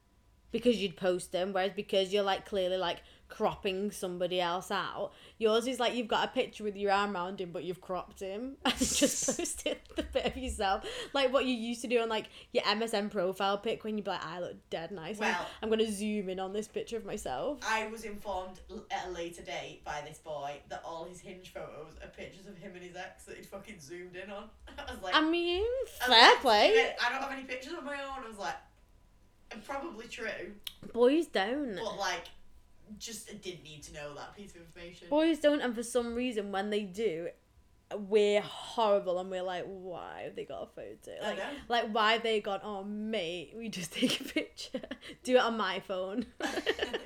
B: because you'd post them. Whereas because you're like clearly like cropping somebody else out, yours is like you've got a picture with your arm round him, but you've cropped him and just posted the bit of yourself, like what you used to do on like your MSN profile pic when you'd be like, I look dead nice. I'm-
C: Well-
B: I'm gonna zoom in on this picture of myself.
C: I was informed l- at a later date by this boy that all his hinge photos are pictures of him and his ex that he'd fucking zoomed in on. I was like,
B: I mean,
C: I was
B: fair
C: like,
B: play.
C: I don't have any pictures of my own. I was like, probably true,
B: Boys don't.
C: but like, just I didn't need to know that piece of information.
B: Boys don't, and for some reason, when they do, we're horrible, and we're like, why have they got a photo?
C: I
B: Like,
C: know.
B: like why have they gone? Oh, mate, we just take a picture. do it on my phone.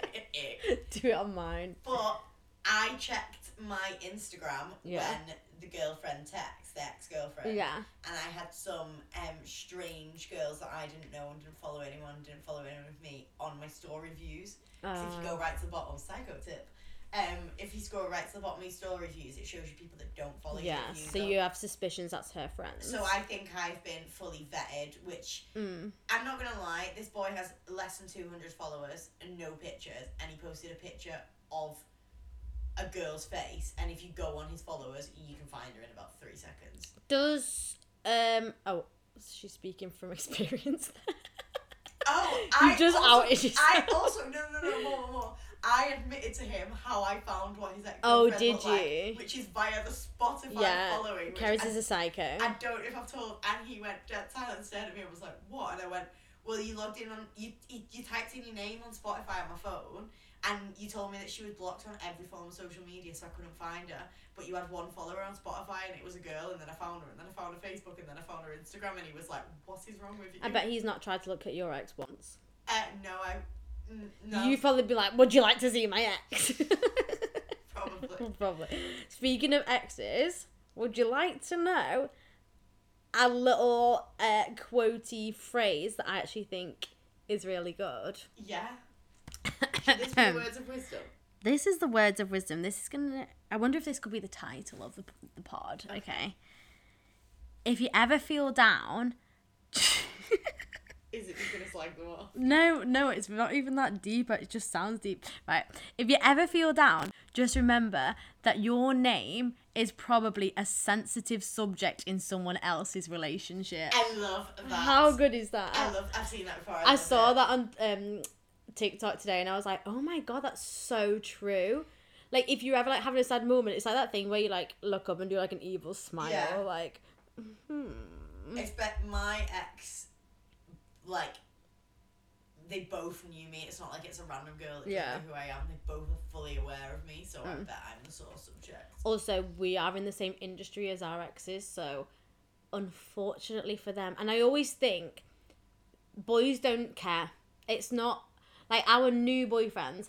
B: do it on mine.
C: But I checked my Instagram
B: Yeah.
C: when the girlfriend texts, the ex girlfriend.
B: Yeah.
C: And I had some um, strange girls that I didn't know and didn't follow anyone, didn't follow anyone with me on my story views. 'Cause if you
B: Uh,
C: go right to the bottom, psycho tip. Um, if you scroll right to the bottom of your story views, it shows you people that don't follow you.
B: yeah.
C: that
B: So
C: don't.
B: you have suspicions that's her friend.
C: So I think I've been fully vetted, which
B: Mm.
C: I'm not gonna lie. This boy has less than 200 followers and no pictures, and he posted a picture of a girl's face. And if you go on his followers, you can find her in about three seconds.
B: Does um oh she's speaking from experience.
C: Oh, I
B: just
C: also,
B: outed yourself.
C: I also no no no more more. more. I admitted to him how I found what his ex
B: Oh, did
C: looked like,
B: you?
C: which is via the Spotify
B: yeah.
C: following. which
B: Karis
C: I
B: is a psycho.
C: I don't know if I've told. And he went dead silent and stared at me and was like, "What?" And I went, "Well, you logged in on you, you you typed in your name on Spotify on my phone, and you told me that she was blocked on every form of social media, so I couldn't find her. But you had one follower on Spotify, and it was a girl, and then I found her, and then I found her Facebook, and then I found her Instagram, and he was like, "What is wrong with you?"
B: I bet he's not tried to look at your ex once.
C: Uh, no, I. n- No,
B: You'd probably be like, "Would you like to see my ex?"
C: probably.
B: probably. Speaking of exes, would you like to know a little uh, quotey phrase that I actually think is really good?
C: Yeah. Should this be words of wisdom?
B: This is the words of wisdom. This is gonna. I wonder if this could be the title of the, the pod. Okay. If you ever feel down.
C: Is it just gonna slag them off?
B: No, no, it's not even that deep. It just sounds deep. Right. If you ever feel down, just remember that your name is probably a sensitive subject in someone else's relationship.
C: I love that.
B: How good is
C: I
B: that?
C: love. I've seen that before.
B: I
C: love
B: saw
C: it.
B: that on um, TikTok today and I was like, oh my God, that's so true. Like, if you ever like having a sad moment, it's like that thing where you like look up and do like an evil smile.
C: Yeah.
B: Like,
C: expect my ex like they both knew me it's not like it's a random girl that
B: Yeah. Mm.
C: yeah. know who i am they both are fully aware of me so i bet i'm the sort of subject
B: also we are in the same industry as our exes so unfortunately for them and i always think boys don't care it's not like our new boyfriends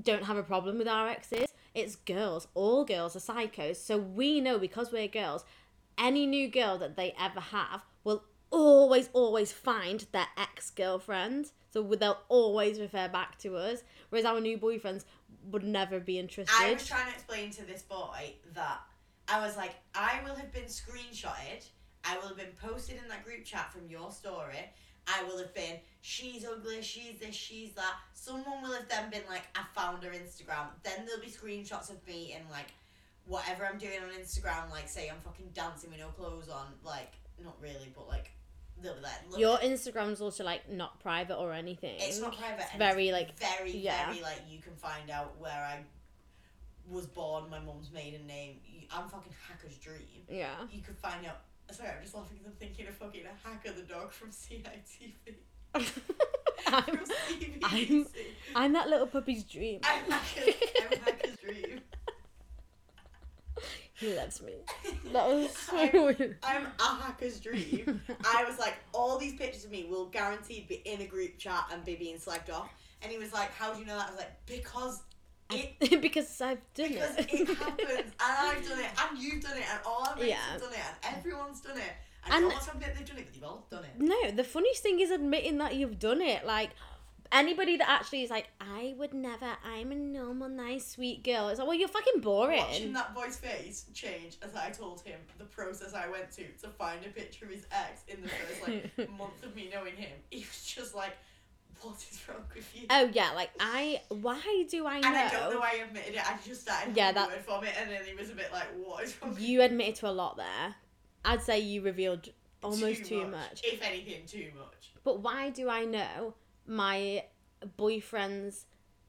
B: don't have a problem with our exes it's girls all girls are psychos so we know because we're girls any new girl that they ever have will always, always find their ex girlfriend. So would- they'll always refer back to us. Whereas our new boyfriends would never be interested.
C: I was trying to explain to this boy that I was like, I will have been screenshotted, I will have been posted in that group chat from your story, I will have been, she's ugly, she's this, she's that. Someone will have then been like, I found her Instagram. Then there'll be screenshots of me and like whatever I'm doing on Instagram, like say I'm fucking dancing with no clothes on, like not really, but like they'll be like, look,
B: Your Instagram's also like not private or anything.
C: it's not private.
B: It's
C: and
B: very like
C: very,
B: yeah.
C: very like you can find out where I was born, my mum's maiden name. You- I'm fucking hacker's dream.
B: yeah.
C: You could find out. Sorry, I'm just laughing because I'm thinking of fucking a hacker the dog from CITV.
B: I'm,
C: From CBBC.
B: I'm- I'm that little puppy's dream.
C: I'm hacker's, I'm hacker's dream.
B: He loves me. That was so
C: I'm,
B: weird.
C: I'm a hacker's dream. I was like, all these pictures of me will guaranteed be in a group chat and be being slagged off. And he was like, how do you know that? I was like, because it
B: because I've done
C: Because
B: it.
C: it happens, and I've done it, and you've done it, and all our mates
B: Yeah.
C: have done it, and everyone's done it.
B: And-
C: And, no one's happy that they've done it, but they've all done it.
B: No, the funniest thing is admitting that you've done it. Like anybody that actually is like, I would never. I'm a normal, nice, sweet girl. It's like, well, you're fucking
C: Watching
B: boring.
C: that boy's face change as I told him the process I went to to find a picture of his ex in the first like month of me knowing him, he was just like, "What is wrong with you?"
B: Oh yeah, like I. Why do I know?
C: and I don't know why he admitted it. I just started
B: Yeah,
C: yeah, that...
B: that-
C: word from it, and then he was a bit like, "What is wrong?" with
B: you admitted to a lot there. I'd say you revealed
C: you?"
B: almost too, much.
C: If anything, too much.
B: But why do I know my boyfriend's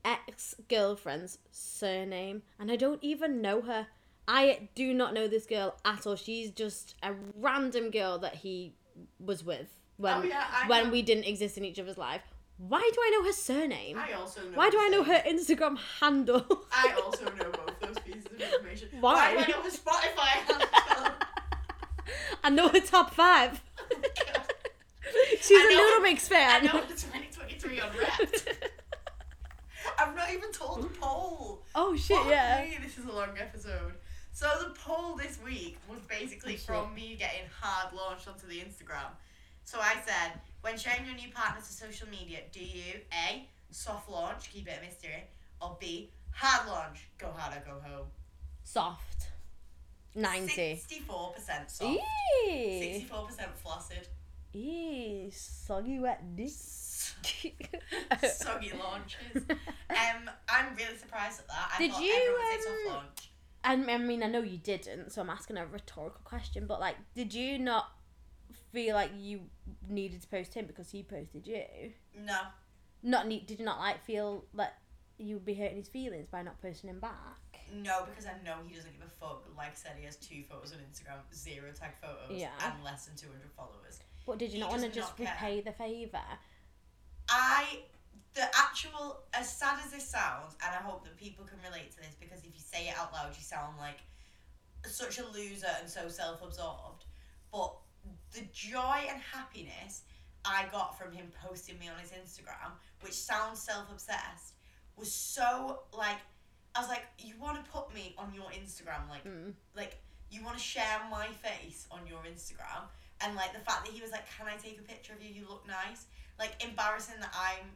B: ex girlfriend's surname? And I don't even know her. I do not know this girl at all. She's just a random girl that he was with when
C: Oh, yeah, I
B: when
C: know.
B: we didn't exist in each other's life. Why do I know her surname?
C: I also know.
B: why do I know
C: his
B: her Instagram handle?
C: I also know both those pieces of information.
B: Why?
C: Why, do I know a Spotify handle?
B: I know her top five.
C: God.
B: She's
C: I
B: a
C: know-
B: Little Mix
C: I
B: fan.
C: know the 2023 on Wrapped. I've not even told the poll.
B: oh shit!
C: Fuck
B: yeah.
C: me, this is a long episode. So the poll this week was basically
B: shit.
C: from me getting hard launched onto the Instagram. So I said, when sharing your new partner to social media, do you A, soft launch, keep it a mystery, or B, hard launch, go hard or go home?
B: Soft. Ninety.
C: 64% soft.
B: Eee.
C: Sixty-four percent flaccid,
B: Eee, soggy wet dick.
C: soggy launches. Um, I'm really surprised at that. I
B: Did
C: thought
B: you,
C: everyone would say soft
B: um,
C: launch.
B: And I mean, I know you didn't, so I'm asking a rhetorical question. But like, did you not feel like you needed to post him because he posted you?
C: No,
B: Not need? Did you not like feel that you would be hurting his feelings by not posting him back?
C: no, because I know he doesn't give a fuck. Like I said, he has two photos on Instagram, zero tag photos,
B: Yeah.
C: and less than two hundred followers.
B: But did you
C: He
B: not want to
C: does
B: just
C: not care.
B: repay the favor?
C: I, the actual, as sad as this sounds, and I hope that people can relate to this because if you say it out loud, you sound like such a loser and so self absorbed. But the joy and happiness I got from him posting me on his Instagram, which sounds self obsessed, was so like, I was like, you want to put me on your Instagram, like,
B: Mm.
C: like you want to share my face on your Instagram and like the fact that he was like can I take a picture of you you look nice like embarrassing that I'm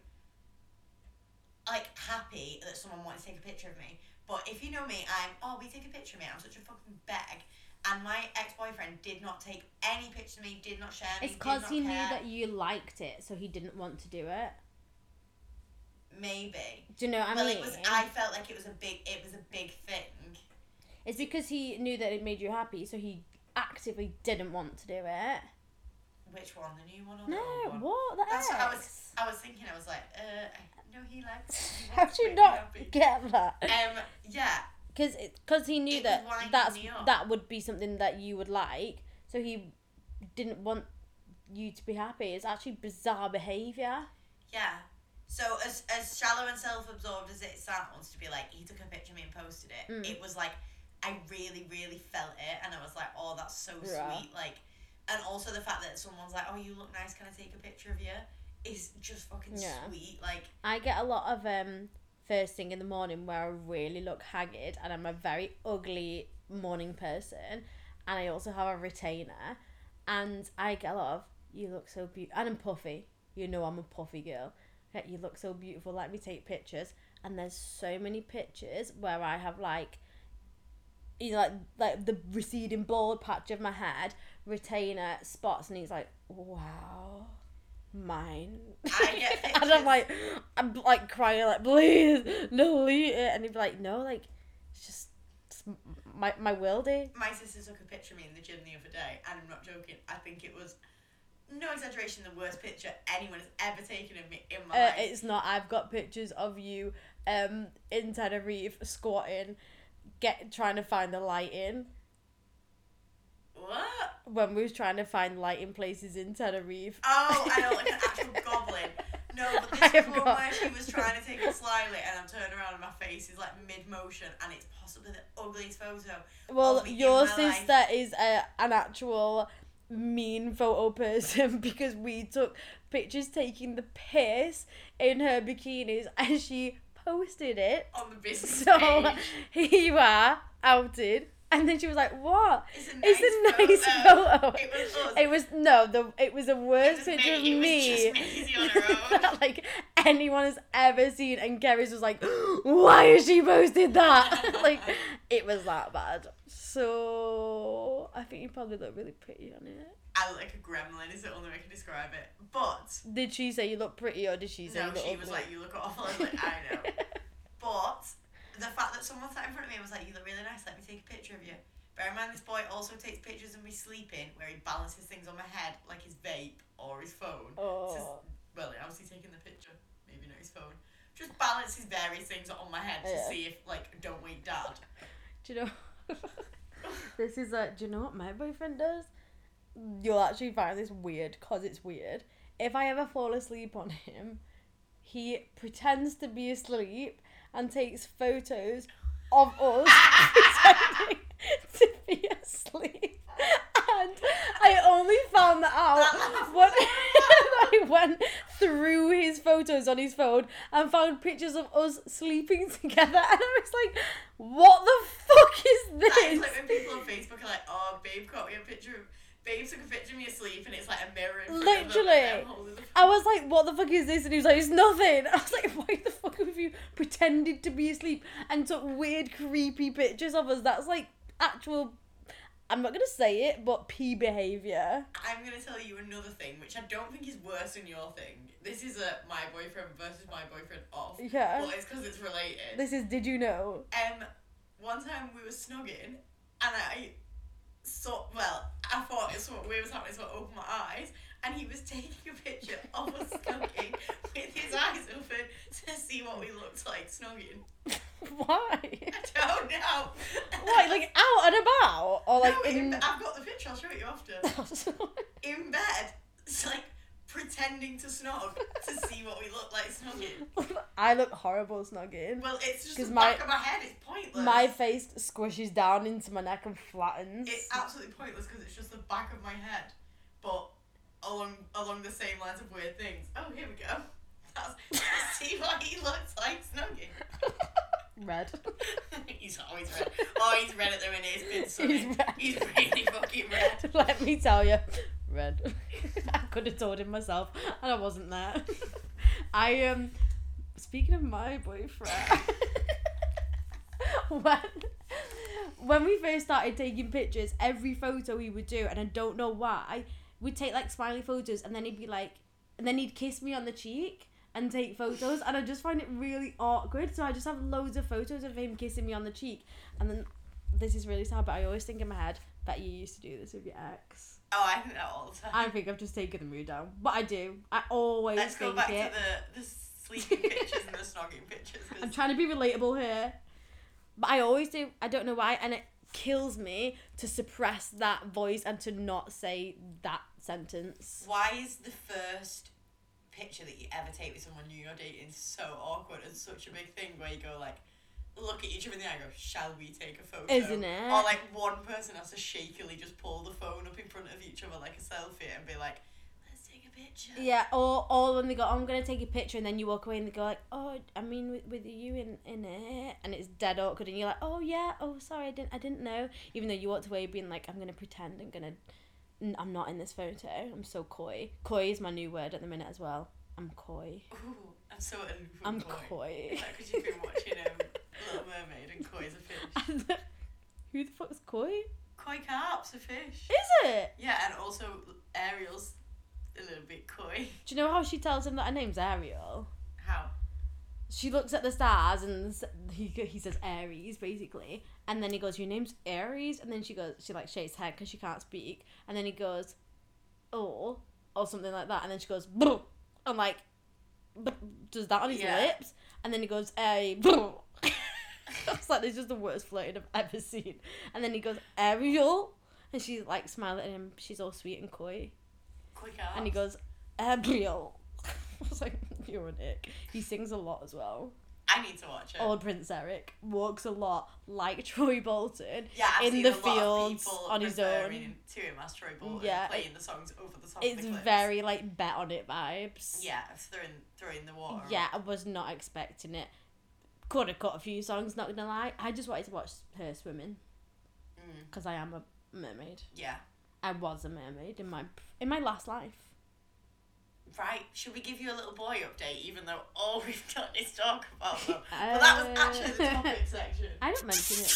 C: like happy that someone wanted to take a picture of me but if you know me I'm oh we take a picture of me I'm such a fucking beg and my ex-boyfriend did not take any pictures of me did not share me
B: It's
C: did
B: because
C: not
B: he knew
C: care.
B: that you liked it, so he didn't want to do it.
C: maybe
B: Do you know what I
C: well
B: mean?
C: it was I felt like it was a big it was a big thing
B: It's because he knew that it made you happy, so he actively didn't want to do it.
C: which one the new one or
B: No,
C: the old one
B: what? The
C: Oh, That's
B: ex?
C: what I was. I was thinking. I was like, uh, I know he likes. he
B: How
C: wants
B: do
C: to
B: you
C: make me
B: not
C: happy.
B: get that?
C: Um. Yeah.
B: Because because he knew
C: It
B: that
C: was lining
B: that's
C: me up.
B: that would be something that you would like, so he didn't want you to be happy. It's actually bizarre behavior.
C: Yeah. So as as shallow and self absorbed as it sounds to be like he took a picture of me and posted it,
B: Mm.
C: it was like I really really felt it, and I was like, oh, that's so
B: Yeah.
C: sweet. Like, and also the fact that someone's like, oh, you look nice. Can I take a picture of you? Is just fucking
B: Yeah.
C: sweet. Like,
B: I get a lot of um first thing in the morning where I really look haggard and I'm a very ugly morning person and I also have a retainer and I get a lot of you look so beautiful. And I'm puffy. You know I'm a puffy girl. Yeah, You look so beautiful. Let me take pictures. And there's so many pictures where I have like, you know, like, like the receding bald patch of my head, retainer spots, and he's like, wow, mine.
C: I get
B: and I'm
C: pictures.
B: like, I'm like crying, like please delete it. And he'd be like, no, like it's just it's my my will day.
C: My sister took a picture of me in the gym the other day, and I'm not joking. I think it was, no exaggeration, the worst picture anyone has ever taken of me in my
B: Uh,
C: life.
B: it's not. I've got pictures of you um in Tenerife squatting, get trying to find the lighting
C: What?
B: when we was trying to find lighting places in Tenerife.
C: Oh, I know, like an actual goblin. No, but
B: I
C: this
B: have
C: was one
B: got-
C: where she was trying to take it slyly, and I'm turning around, and my face is like mid motion, and it's possibly the ugliest photo.
B: Well,
C: of me in
B: your
C: my life.
B: sister is a, an actual mean photo person because we took pictures taking the piss in her bikinis and she posted it.
C: on the business
B: So
C: page.
B: here you are, outed. And then she was like, "What?
C: It's a
B: uh, It's a nice photo."
C: It was us.
B: It was no, the it was the worst
C: was
B: picture
C: me.
B: of
C: It was
B: me
C: just Maisie on her own.
B: that like anyone has ever seen. And Gary's was like, "Why has she posted that?" like it was that bad. So I think you probably look really pretty on it.
C: I look like a gremlin is the only way I can describe it. But
B: Did she say you look pretty, or did she say
C: no,
B: you look
C: she was like, You look awful. I was like, I know. But the fact that someone sat in front of me and was like, You look really nice, let me take a picture of you. Bear in mind this boy also takes pictures of me sleeping where he balances things on my head like his vape or his phone. It's just-
B: "Oh,
C: well, he obviously taking the picture, maybe not his phone. Just balances various things on my head to
B: Yeah.
C: see if like don't wake dad.
B: do you know?" this is like, do you know what my boyfriend does? You'll actually find this weird, cause it's weird. If I ever fall asleep on him, he pretends to be asleep and takes photos of us pretending to be asleep. And I only found that out when I went through his photos on his phone and found pictures of us sleeping together. And I was like, what the fuck is this?
C: That is like when people on Facebook are like, "Oh, babe, caught me a picture of." Babe took a picture of me asleep, and it's like a mirror. In front of them, and
B: Literally.
C: I'm holding the-
B: I was like, what the fuck is this? And he was like, it's nothing. I was like, why the fuck have you pretended to be asleep and took weird, creepy pictures of us? That's like actual, I'm not going to say it, but pee behaviour.
C: I'm gonna tell you another thing, which I don't think is worse than your thing. This is a my boyfriend versus my boyfriend off.
B: Yeah.
C: Well, it's because it's related.
B: This is Did You Know?
C: Um, one time we were snogging, and I saw. Well, I thought it's what we was happening, so I opened my eyes, and he was taking a picture of us snogging with his eyes open to see what we looked like snogging.
B: Why?
C: I don't know.
B: Why? Like out and about? Or like
C: no, in,
B: in.
C: be- I've got the picture. I'll show it you after. In bed, it's like pretending to snog to see what we look like snogging.
B: I look horrible snogging.
C: Well, it's just
B: 'Cause
C: the
B: my-
C: back of my head. It's pointless.
B: My face squishes down into my neck and flattens.
C: It's absolutely pointless because it's just the back of my head, but along along the same lines of weird things. Oh, here we go. That's, see what he looks like snogging.
B: Red.
C: he's always red. Oh, he's red at the minute. It's been sunny.
B: He's red.
C: He's really fucking red.
B: Let me tell you, red. I could have told him myself, and I wasn't there. I am. Um, speaking of my boyfriend, when when we first started taking pictures, every photo we would do, and I don't know why, we'd take like smiley photos, and then he'd be like, and then he'd kiss me on the cheek. And take photos, and I just find it really awkward. So I just have loads of photos of him kissing me on the cheek, and then this is really sad, but I always think in my head that you used to do this with your ex.
C: Oh, I think that all the time.
B: I think I've just taken the mood down, but I do. I always
C: Let's go
B: think
C: back
B: it.
C: to the the sleeping pictures and the snogging pictures. 'cause
B: I'm trying to be relatable here, but I always do. I don't know why, and it kills me to suppress that voice and to not say that sentence.
C: why is the first picture that you ever take with someone you're dating so awkward and such a big thing where you go like look at each other in the eye and go shall we take a photo
B: Isn't it?
C: or like one person has to shakily just pull the phone up in front of each other like a selfie and be like let's take a picture
B: Yeah, or or when they go, "Oh, I'm gonna take a picture, and then you walk away and they go like, oh, I mean, with, with you in in it, and it's dead awkward, and you're like, oh yeah, oh sorry, I didn't I didn't know, even though you walked away being like, I'm gonna pretend I'm gonna N- I'm not in this photo. I'm so coy. Coy is my new word at the minute as well. I'm coy.
C: Ooh, I'm so aloof.
B: I'm
C: and
B: coy.
C: Is that because you've been watching um, Little Mermaid and Koi is a fish?
B: Who the fuck's coy?
C: Koi carp's a fish.
B: Is it?
C: Yeah, and also Ariel's a little bit coy.
B: Do you know how she tells him that her name's Ariel?
C: How?
B: She looks at the stars and s- he, go- he says Aries basically, and then he goes, "Your name's Aries," and then she goes, she like shakes her head because she can't speak, and then he goes, "Oh," or something like that, and then she goes, "Bruh," and like, but does that on his
C: Yeah.
B: lips, and then he goes, "Hey," bruh." it's like this is the worst flirting I've ever seen, and then he goes, "Ariel," and she's like smiling at him. She's all sweet and coy
C: Koi carp.
B: and he goes, Abriel. I was like, you're an ick. He sings a lot as well.
C: I need to watch it.
B: Old Prince Eric walks a lot, like Troy Bolton.
C: yeah, I've
B: in
C: seen
B: the
C: a lot of
B: fields
C: people
B: on his
C: referring
B: own.
C: to him as Troy Bolton,
B: Yeah,
C: playing the songs over the top. of
B: It's
C: the clips.
B: very like bet on it vibes.
C: Yeah, if they're in throwing the water.
B: Yeah, I was not expecting it. Could have cut a few songs, not gonna lie. I just wanted to watch her swimming
C: Mm,
B: because I am a mermaid.
C: yeah.
B: I was a mermaid in my in my last life.
C: Right, should we give you a little boy update, even though all we've done is talk about them? but that was actually the topic section.
B: I don't mention it.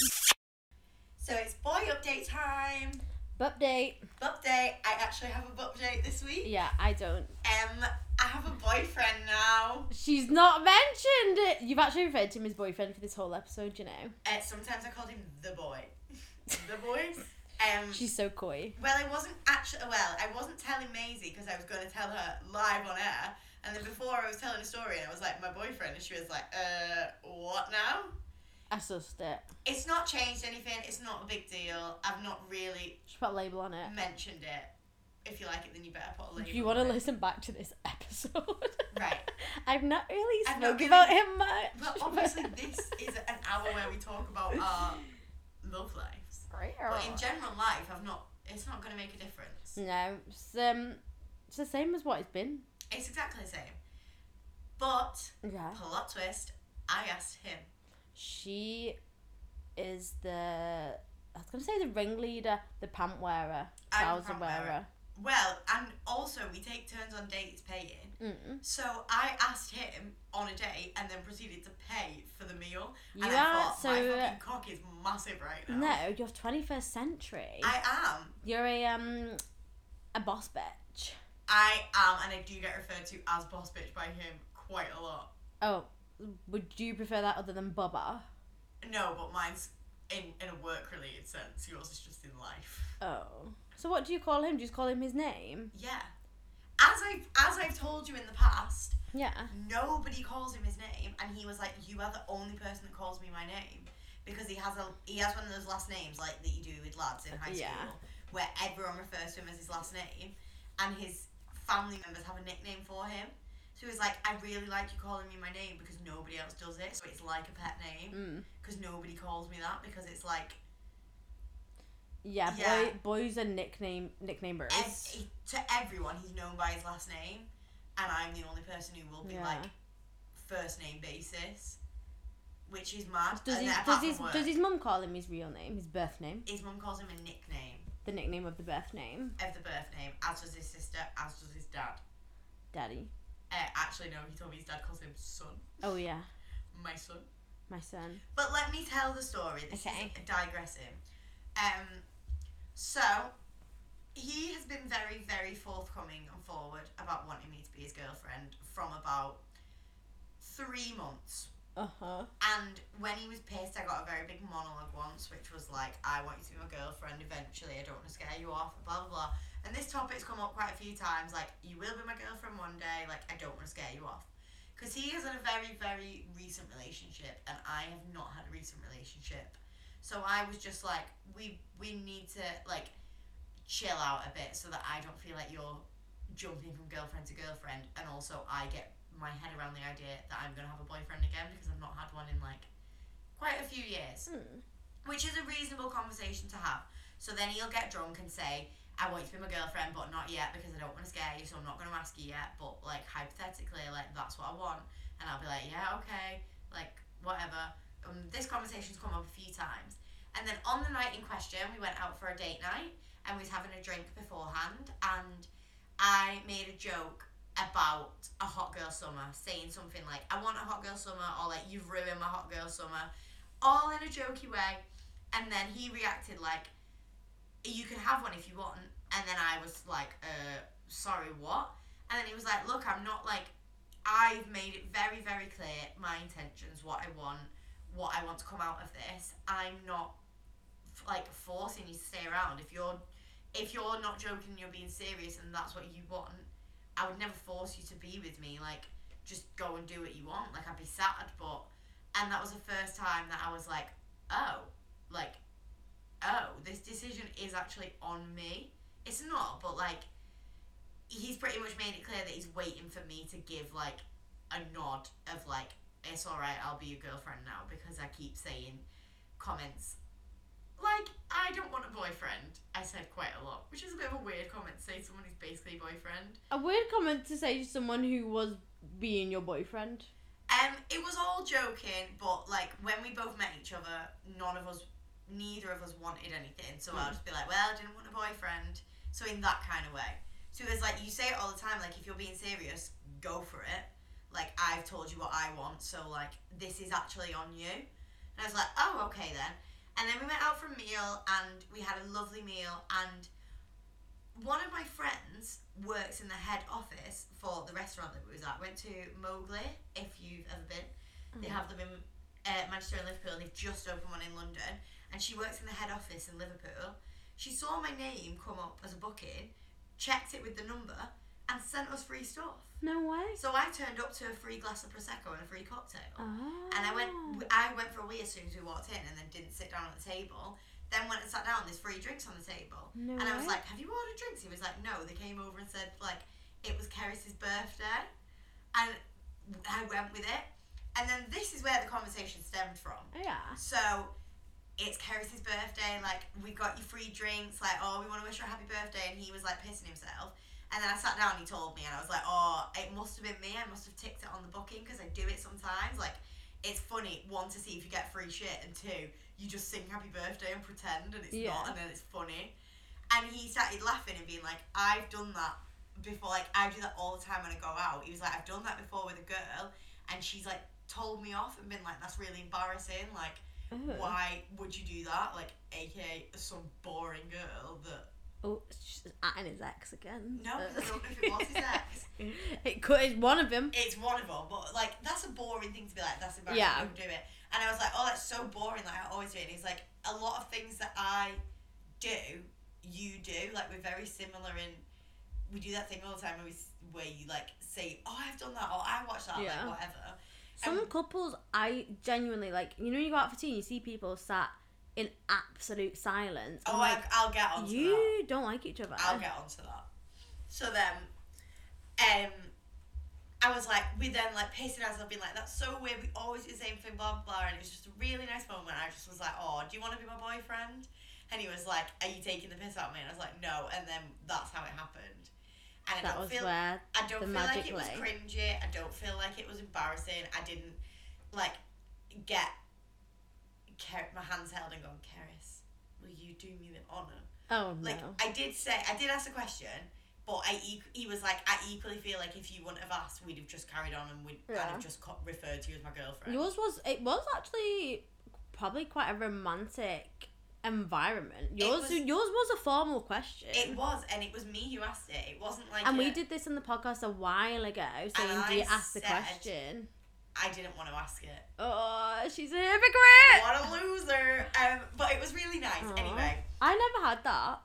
C: So it's boy update time.
B: But date.
C: Bup day. I actually have a bup date this week.
B: Yeah, I don't.
C: Um, I have a boyfriend now.
B: She's not mentioned it. You've actually referred to him as boyfriend for this whole episode, you know.
C: Uh, sometimes I called him the boy. the boy. Um,
B: She's so coy.
C: Well, I wasn't actually. Well, I wasn't telling Maisie because I was going to tell her live on air. And then before I was telling a story, and I was like, my boyfriend, and she was like, uh, what now?
B: I sussed it.
C: It's not changed anything. It's not a big deal. I've not really
B: She put a label on it.
C: mentioned it. If you like it, then you better put a Mm, label.
B: If you
C: on
B: want to
C: it.
B: listen back to this episode,
C: Right.
B: I've not really
C: I've
B: spoken
C: not given-
B: about him much.
C: Well, obviously, this is an hour where we talk about our love lives. But in general life, I've not. It's not going to make a difference.
B: no, it's, um, it's the same as what it's been.
C: It's exactly the same. But
B: Yeah.
C: plot twist, I asked him.
B: She is the. I was gonna say the ringleader, the pant wearer,
C: I'm the
B: trouser
C: pant
B: wearer.
C: wearer. Well, and also we take turns on dates paying.
B: Mm.
C: So I asked him on a date and then proceeded to pay for the meal.
B: You
C: and I
B: are
C: thought my
B: so. uh,
C: fucking cock is massive right now.
B: No, you're twenty first century.
C: I am.
B: You're a um a boss bitch.
C: I am, and I do get referred to as boss bitch by him quite a lot.
B: Oh, would you prefer that other than Bubba?
C: No, but mine's in in a work related sense. Yours is just in life.
B: Oh. So what do you call him? Do you just call him his name?
C: Yeah. As I've as I've told you in the past,
B: Yeah.
C: nobody calls him his name, and he was like, "You are the only person that calls me my name," because he has a he has one of those last names like that you do with lads in high
B: Yeah.
C: school, where everyone refers to him as his last name, and his family members have a nickname for him. So he was like, "I really like you calling me my name because nobody else does it, so it's like a pet name."
B: Mm.
C: because nobody calls me that because it's like
B: Yeah,
C: Yeah.
B: boy boys are nickname nicknamers.
C: ev- he- to everyone he's known by his last name, and I'm the only person who will be
B: Yeah.
C: like first name basis, which is mad.
B: Does
C: and
B: his
C: then
B: does
C: apart
B: his
C: from work,
B: does his mum call him his real name, his birth name?
C: his mum calls him a nickname
B: The nickname of the birth name?
C: of the birth name, as does his sister, as does his dad.
B: Daddy.
C: Uh, actually, no, he told me his dad calls him son,
B: Oh yeah,
C: my son.
B: my son.
C: But let me tell the story. This
B: Okay.
C: is digressing. Um, so he has been very, very forthcoming and forward about wanting me to be his girlfriend from about three months.
B: Uh-huh.
C: And when he was pissed, I got a very big monologue once, which was like, "I want you to be my girlfriend eventually. I don't want to scare you off." Blah blah blah. And this topic's come up quite a few times. Like, you will be my girlfriend one day. Like, I don't want to scare you off, because he is in a very very recent relationship, and I have not had a recent relationship. So I was just like, we we need to like chill out a bit so that I don't feel like you're jumping from girlfriend to girlfriend, and also I get my head around the idea that I'm gonna have a boyfriend again because I've not had one in like quite a few years,
B: Mm.
C: which is a reasonable conversation to have. So then he'll get drunk and say, "I want you to be my girlfriend, but not yet because I don't want to scare you, so I'm not gonna ask you yet." But like hypothetically, like that's what I want, and I'll be like, "Yeah, okay, like whatever." Um, this conversation's come up a few times, and then on the night in question, we went out for a date night. and we was having a drink beforehand and I made a joke about a hot girl summer, saying something like, I want a hot girl summer or like you've ruined my hot girl summer. All in a jokey way. And then he reacted like you can have one if you want and then I was like, uh, sorry, what? And then he was like, look, I'm not like I've made it very, very clear my intentions, what I want, what I want to come out of this. I'm not f- like forcing you to stay around. If you're if you're not joking, you're being serious, and that's what you want. I would never force you to be with me. Like, just go and do what you want. Like, I'd be sad, but and that was the first time that I was like, oh, like, oh, this decision is actually on me. It's not, but like, he's pretty much made it clear that he's waiting for me to give like a nod of like it's all right i'll be your girlfriend now because i keep saying comments like i don't want a boyfriend i said quite a lot which is a bit of a weird comment to say to someone who's basically a boyfriend
B: A weird comment to say to someone who was being your boyfriend.
C: Um, it was all joking, but like when we both met each other, none of us, neither of us wanted anything. So I'll just be like, well, I didn't want a boyfriend. So in that kind of way. So it's like you say it all the time. Like if you're being serious, go for it. Like I've told you what I want, so like this is actually on you. And I was like, oh, okay then. And then we went out for a meal, and we had a lovely meal, and one of my friends works in the head office for the restaurant that we was at. Went to Mowgli, if you've ever been. They have them in uh, Manchester and Liverpool, and they've just opened one in London. And she works in the head office in Liverpool. She saw my name come up as a booking, checked it with the number, and sent us free stuff.
B: No way.
C: So I turned up to a free glass of prosecco and a free cocktail.
B: Oh.
C: And I went, I went for a wee as soon as we walked in, and then didn't sit down at the table. Then went and sat down. There's free drinks on the table,
B: No
C: and I was
B: way.
C: like, "Have you ordered drinks?" He was like, "No." They came over and said like it was Keris's birthday, and I went with it. And then this is where the conversation stemmed from.
B: Oh, yeah.
C: So it's Keris's birthday, like we got you free drinks, like, oh we wanna wish her a happy birthday and he was like pissing himself. And then I sat down and he told me and I was like, Oh, it must have been me, I must have ticked it on the booking because I do it sometimes. Like it's funny, one to see if you get free shit and two, you just sing happy birthday and pretend and it's
B: Yeah.
C: not and then it's funny. And he started laughing and being like, I've done that before, like I do that all the time when I go out. He was like, I've done that before with a girl and she's like told me off and been like, That's really embarrassing, like
B: Ugh.
C: why would you do that? Like, aka some boring girl that.
B: Oh, it's just at his ex again. Uh,
C: No, 'cause I don't know if it was his ex.
B: It could. It's one of them.
C: It's one of them, but like, that's a boring thing to be like, that's embarrassing,
B: Yeah.
C: don't do it. And I was like, oh, that's so boring, like, I always do it. And he's like, a lot of things that I do, you do. Like, we're very similar in. We do that thing all the time where, we, s- where you like say, oh, I've done that, or I watched that,
B: Yeah.
C: like, whatever.
B: Some
C: Um,
B: couples, I genuinely like. You know, you go out for tea, and you see people sat in absolute silence.
C: Oh,
B: I'm like,
C: I, I'll get onto
B: you
C: that.
B: don't like each other.
C: I'll get onto that. So then, um, I was like, we then like pacing ourselves, being like, that's so weird. We always do the same thing, blah blah. blah. And it was just a really nice moment. I just was like, oh, do you want to be my boyfriend? And he was like, are you taking the piss out of me? And I was like, no. And then that's how it happened. And I
B: that
C: don't
B: was
C: feel
B: where.
C: I don't
B: the
C: feel
B: magic
C: like it was
B: lay.
C: cringy. I don't feel like it was embarrassing. I didn't like get Ker- my hands held and gone, Keris, will you do me the honor?
B: Oh no.
C: Like I did say, I did ask a question, but I e- he was like, I equally feel like if you wouldn't have asked, we'd have just carried on and we'd I'd
B: Yeah.
C: have just co- referred to you as my girlfriend.
B: Yours was it was actually probably quite a romantic environment. Yours
C: was-
B: yours was a formal question.
C: it was, and it was me who asked it. It wasn't like
B: and
C: a-
B: we did this on the podcast a while ago, saying,
C: And
B: "Do you
C: I
B: ask the
C: said-
B: question?"
C: I didn't want to ask it.
B: Oh, she's a hypocrite.
C: What a loser! Um, but it was really nice.
B: Aw.
C: Anyway,
B: I never had that.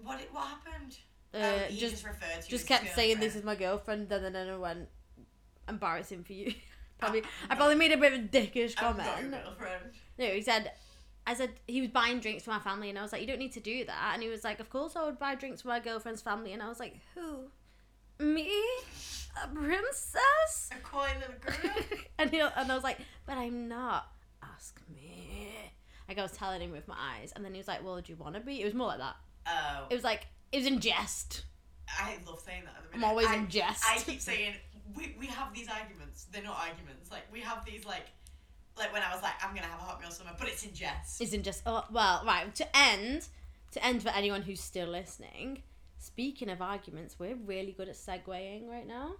C: what it, what happened?
B: Uh,
C: oh, he
B: just
C: just, referred to you
B: just
C: as his
B: kept saying this
C: girlfriend.
B: is my girlfriend, then then I went embarrassing for you. probably I probably made a bit of a dickish
C: I'm not your
B: comment.
C: girlfriend.
B: No, he said, I said he was buying drinks for my family, and I was like, you don't need to do that. And he was like, of course I would buy drinks for my girlfriend's family, and I was like, who? Me? A princess?
C: A coy little girl.
B: and he, and I was like, but I'm not. Ask me. Like I was telling him with my eyes, and then he was like, well, do you want to be? It was more like that.
C: oh,
B: It was like it was in jest.
C: I love saying that. At the
B: I'm
C: minute.
B: always
C: I-
B: in jest.
C: I keep saying we, we have these arguments. They're not arguments. Like we have these like like when I was like I'm gonna have a hot meal summer, but it's in jest.
B: Isn't just oh well right to end to end for anyone who's still listening, speaking of arguments, we're really good at segueing right now.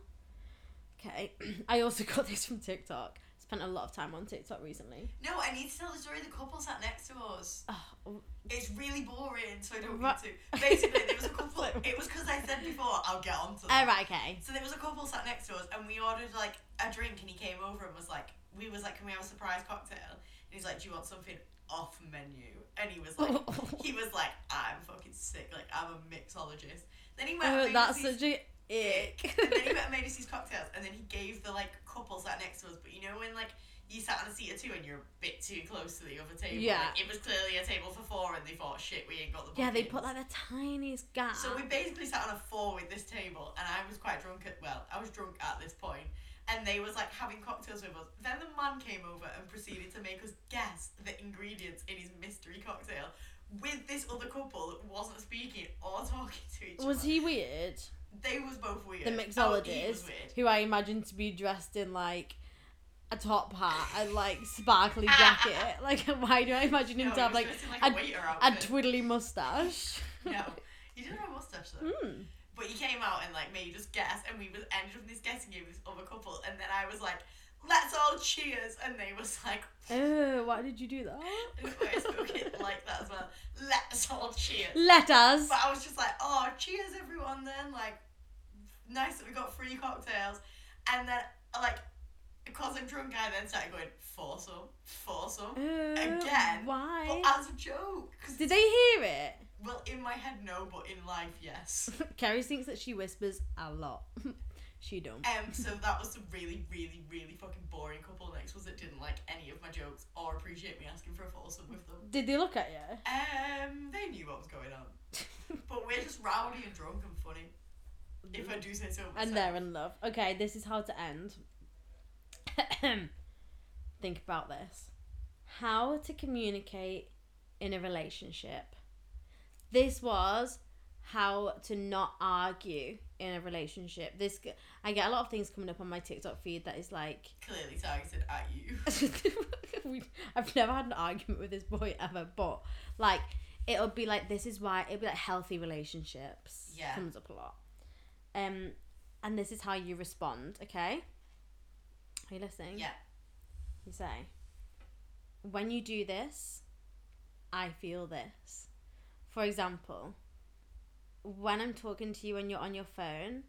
B: Okay, I also got this from TikTok. Spent a lot of time on TikTok recently.
C: No, I need to tell the story of the couple sat next to us.
B: Oh,
C: It's really boring, so I don't
B: Right.
C: need to. Basically, there was a couple.
B: Sorry.
C: It was because I said before, I'll get onto that.
B: all right, okay.
C: So there was a couple sat next to us, and we ordered like a drink, and he came over and was like, "We was like, can we have a surprise cocktail?" And he's like, "Do you want something off menu?" And he was
B: Oh,
C: like, he was like, "I'm fucking sick. Like I'm a mixologist." Then he went. and
B: Oh,
C: made us
B: that's
C: these-
B: such a ick.
C: and then he went and made us these cocktails, and then he gave the like couple sat next to us. But you know when like you sat on a seat or two and you're a bit too close to the other table.
B: Yeah.
C: Like, it was clearly a table for four, and they thought, "Shit, we ain't got the."
B: yeah, they
C: bookings."
B: put like the tiniest gap.
C: So we basically sat on a four with this table, and I was quite drunk at well, I was drunk at this point, and they was like having cocktails with us. Then the man came over and proceeded to make us guess the ingredients in his mystery cocktail with this other couple that wasn't speaking or talking to each
B: was
C: other.
B: he weird?
C: They was both weird.
B: The
C: Oh, he was
B: mixologist,
C: weird.
B: who I imagine to be dressed in like a top hat and like sparkly jacket. like, why do I imagine him to
C: No, he
B: have
C: was
B: like
C: dressed in,
B: a-
C: a waiter
B: a
C: outfit.
B: twiddly mustache?
C: No, he didn't have a mustache though.
B: Mm.
C: But he came out and like made us guess, and we was ended up in this guessing game with this other couple, and then I was like, "Let's all cheers," and they was like,
B: Oh, why did you do that?
C: and I spoke it like that as well. Let's all cheers.
B: Let us.
C: But I was just like, "Oh, cheers, everyone!" Then like, nice that we got free cocktails, and then like, because I'm drunk, I then started going foursome, foursome.
B: Oh,
C: Again, But
B: Why?
C: as a joke, 'cause-
B: Did they hear it?
C: well, in my head, no, but in life, yes.
B: Carrie thinks that she whispers a lot. she don't.
C: Um, so that was the really, really, really fucking boring couple next was that didn't like any of my jokes or appreciate me asking for a foursome with them.
B: Did they look at you?
C: Um, they knew what was going on, but we're just rowdy and drunk and funny. If I do say so myself.
B: and they're in love. Okay, this is how to end. Think about this. How to communicate in a relationship. This was how to not argue in a relationship. This g- I get a lot of things coming up on my TikTok feed that is like
C: clearly targeted at you.
B: we, I've never had an argument with this boy ever, but like it'll be like this is why it'll be like healthy relationships.
C: Yeah.
B: Comes up a lot. Um and this is how you respond, okay? Are you listening?
C: Yeah.
B: You say when you do this, I feel this. For example, when I'm talking to you and you're on your phone,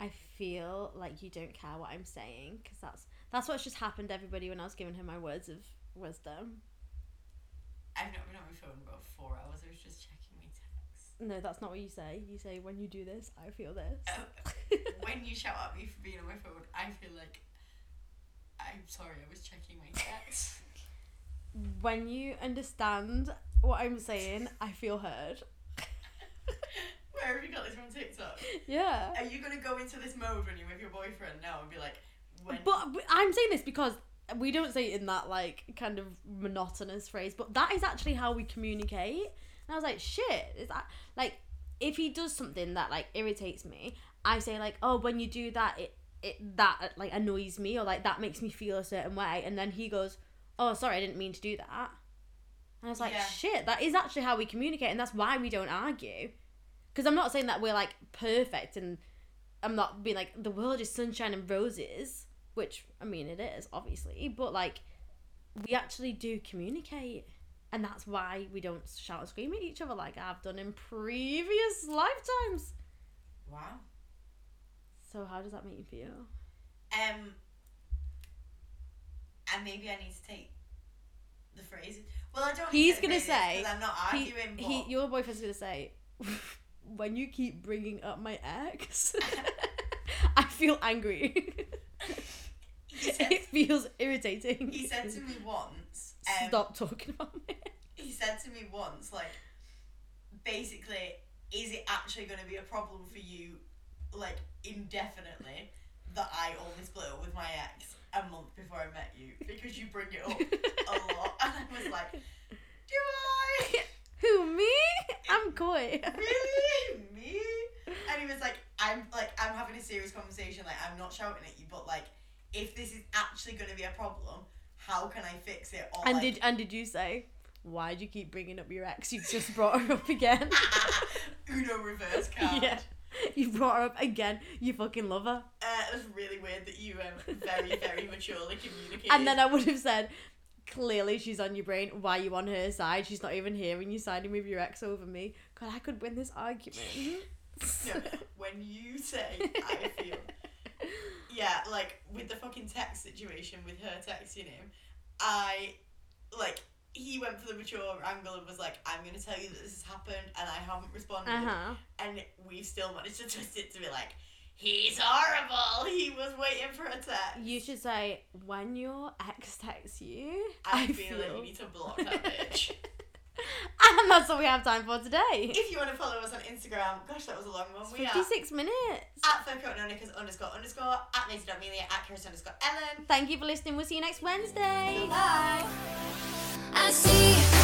B: I feel like you don't care what I'm saying because that's that's what's just happened to everybody when I was giving her my words of wisdom.
C: I've not been on my phone about four hours. I was just checking my texts.
B: No, that's not what you say. You say when you do this, I feel this.
C: When you shout at me for being on my phone, I feel like I'm sorry. I was checking my texts.
B: when you understand what I'm saying, I feel heard.
C: Where have you got this from TikTok?
B: Yeah.
C: Are you gonna go into this mode when you're with your boyfriend now and be like, when?
B: But w- I'm saying this because we don't say it in that like kind of monotonous phrase, but that is actually how we communicate. And I was like, shit, is that like if he does something that like irritates me, I say like, oh, when you do that, it it that like annoys me or like that makes me feel a certain way, and then he goes, oh, sorry, I didn't mean to do that. And I was like,
C: Yeah.
B: shit, that is actually how we communicate, and that's why we don't argue. Because I'm not saying that we're like perfect and I'm not being like the world is sunshine and roses, which I mean it is obviously, but like we actually do communicate, and that's why we don't shout and scream at each other like I've done in previous lifetimes.
C: wow.
B: So how does that make you feel?
C: Um, and maybe I need to take the phrase. Well, I don't.
B: He's
C: need to
B: gonna
C: take the phrase
B: say
C: because I'm not
B: He,
C: arguing.
B: he,
C: but-
B: your boyfriend's gonna say, when you keep bringing up my ex, I feel angry.
C: he, said,
B: it feels irritating.
C: he said to me once. Um,
B: Stop talking about me.
C: He said to me once, like, basically, is it actually going to be a problem for you, like, indefinitely, that I only split up with my ex a month before I met you because you bring it up a lot, and I was like, do I?
B: Who me? I'm coy.
C: really me and he was like i'm like i'm having a serious conversation like i'm not shouting at you but like if this is actually going to be a problem how can i fix it or
B: And
C: like,
B: did and did you say why do you keep bringing up your ex? You've just brought her up again.
C: Uno reverse card.
B: yeah. You brought her up again. You fucking love her.
C: Uh, it was really weird that you um, very, very maturely communicated.
B: And then I would have said, clearly she's on your brain. Why are you on her side? She's not even hearing you siding with your ex over me. God, I could win this argument.
C: No, when you say I feel, yeah, like with the fucking text situation with her texting him, I, like, he went for the mature angle and was like, "I'm gonna tell you that this has happened and I haven't responded,"
B: Uh huh.
C: and we still managed to twist it to be like, "He's horrible. He was waiting for a text."
B: You should say, when your ex texts you,
C: I, feel, like you need to block that bitch.
B: and that's all we have time for today.
C: if you want to follow us on Instagram, gosh, that was a long one. We are
B: 56 minutes.
C: at Focotnonicas underscore underscore, at Macy.Melia, at Kirsten underscore Ellen.
B: Thank you for listening. We'll see you next Wednesday.
C: Bye.
A: I see